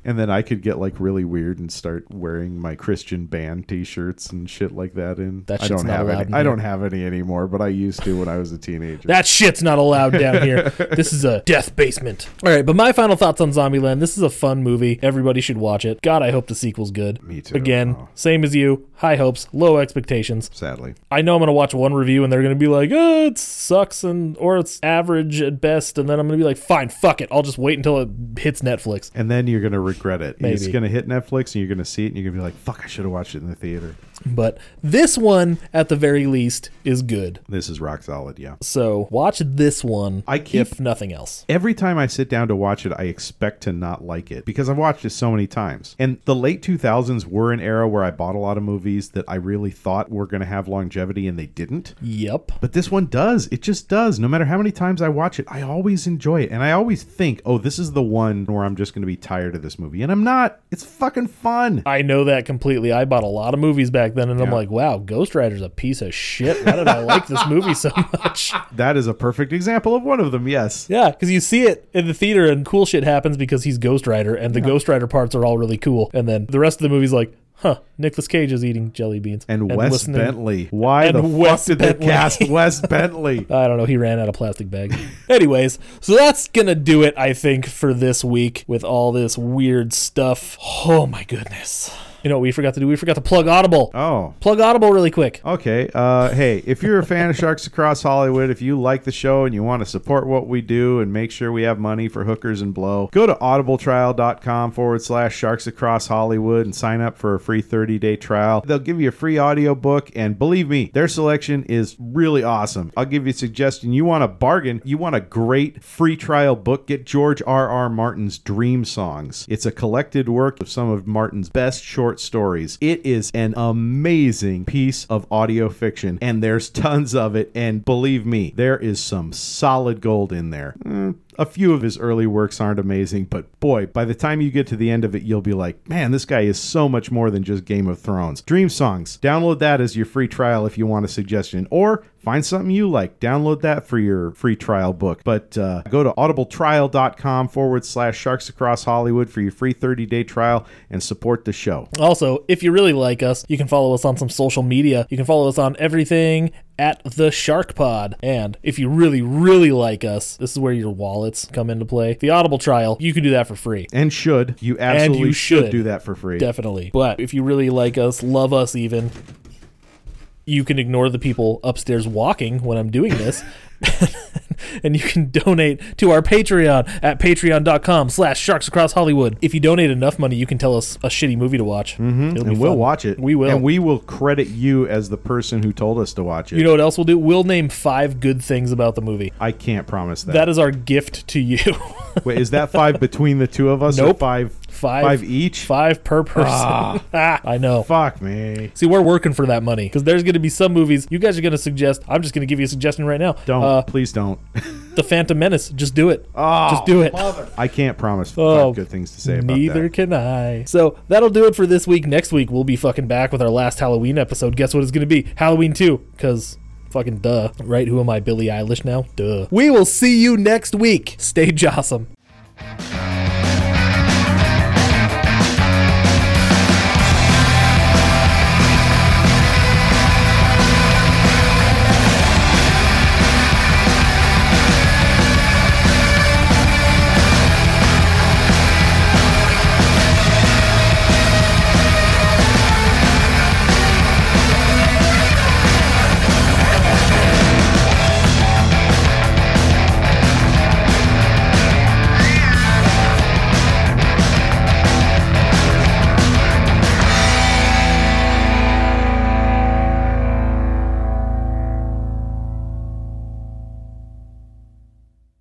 S3: And then I could get like really weird and start wearing my Christian band t-shirts and shit like that and
S1: That
S3: I
S1: shit's
S3: don't
S1: not
S3: have
S1: allowed in
S3: any. I
S1: here.
S3: don't have any anymore, but I used to when I was a teenager.
S1: That shit's not allowed down here. This is a death basement. All right, but my final thoughts on Zombieland. This is a fun movie. Everybody should watch it. God, I hope the sequel's good.
S3: Me too.
S1: Again,
S3: Oh.
S1: same as you. High hopes, low expectations.
S3: Sadly.
S1: I know I'm gonna watch one review and they're gonna be like, "Oh, it sucks," and or it's average at best, and then I'm gonna be like, "Fine, fuck it. I'll just wait until it hits Netflix."
S3: and then you're gonna regret it. It's
S1: Maybe.
S3: gonna hit Netflix, and you're gonna see it, and you're gonna be like, "Fuck, I should have watched it in the theater."
S1: But this one, at the very least, is good.
S3: This is rock solid, yeah.
S1: So watch this one.
S3: I keep-
S1: if nothing else.
S3: Every time I sit down to watch it, I expect to not like it because I've watched it so many times. And the late 2000s were an era where I bought a lot of movies that I really thought were going to have longevity and they didn't.
S1: Yep.
S3: But this one does. It just does. No matter how many times I watch it, I always enjoy it. And I always think, oh, this is the one where I'm just going to be tired of this movie, and I'm not. It's fucking fun.
S1: I know that completely. I bought a lot of movies back then, and I'm like, wow, Ghost Rider's a piece of shit. Why did I like this movie so much?
S3: That is a perfect example of one of them. Yes.
S1: Yeah, because you see it in the theater, and cool shit happens because he's Ghost Rider, and the Ghost Rider parts are all really cool. And then the rest of the movie's like, huh, Nicolas Cage is eating jelly beans
S3: And, Wes
S1: listening-
S3: Bentley. Why
S1: And
S3: the
S1: Wes
S3: fuck did
S1: Bentley.
S3: they cast Wes Bentley?
S1: I don't know. He ran out of plastic bags. Anyways, so that's gonna do it, I think, for this week with all this weird stuff. Oh my goodness! You know what we forgot to do? We forgot to plug Audible.
S3: Oh.
S1: Plug Audible really quick.
S3: Okay. Uh, hey, if you're a fan of Sharks Across Hollywood, if you like the show and you want to support what we do and make sure we have money for hookers and blow, go to audibletrial.com forward slash Sharks Across Hollywood and sign up for a free 30 day trial. They'll give you a free audiobook, and believe me, their selection is really awesome. I'll give you a suggestion. You want a bargain, you want a great free trial book, get George R. R. Martin's Dream Songs. It's a collected work of some of Martin's best short stories. It is an amazing piece of audio fiction, and there's tons of it. And believe me, there is some solid gold in there. Mm, a few of his early works aren't amazing, but boy, by the time you get to the end of it, you'll be like, man, this guy is so much more than just Game of Thrones. Dream Songs, download that as your free trial if you want a suggestion, or find something you like. Download that for your free trial book. But uh, go to audibletrial.com forward slash sharks across Hollywood for your free 30 day trial and support the show.
S1: Also, if you really like us, you can follow us on some social media. You can follow us on everything at the Shark Pod. And if you really, really like us, this is where your wallets come into play. The Audible trial, you can do that for free.
S3: And should. You absolutely
S1: you
S3: should.
S1: should.
S3: do that for free.
S1: Definitely. But if you really like us, love us even, you can ignore the people upstairs walking when I'm doing this. and you can donate to our Patreon at patreon.com slash sharks across Hollywood. If you donate enough money, you can tell us a shitty movie to watch. Mm-hmm. It'll
S3: and
S1: be
S3: we'll
S1: fun.
S3: watch it.
S1: We will.
S3: And we will credit you as the person who told us to watch it.
S1: You know what else we'll do? We'll name five good things about the movie.
S3: I can't promise that.
S1: That is our gift to you.
S3: Wait, is that five between the two of us? Or
S1: Nope.
S3: five,
S1: Five-
S3: five each? Ah.
S1: five per person. Ah, I know.
S3: Fuck me.
S1: See, we're working for that money because there's going to be some movies you guys are going to suggest. I'm just going to give you a suggestion right now.
S3: Don't.
S1: Uh,
S3: Please don't.
S1: the Phantom Menace. Just do it. just do it.
S3: I can't promise five
S1: Oh,
S3: good things to Ah, say about
S1: Neither
S3: that.
S1: can I. So that'll do it for this week. Next week we'll be fucking back with our last Halloween episode. Guess what it's gonna be? Halloween two, cause fucking duh. Right? Who am I, Billie Eilish now? Duh. We will see you next week. Stay jawsome.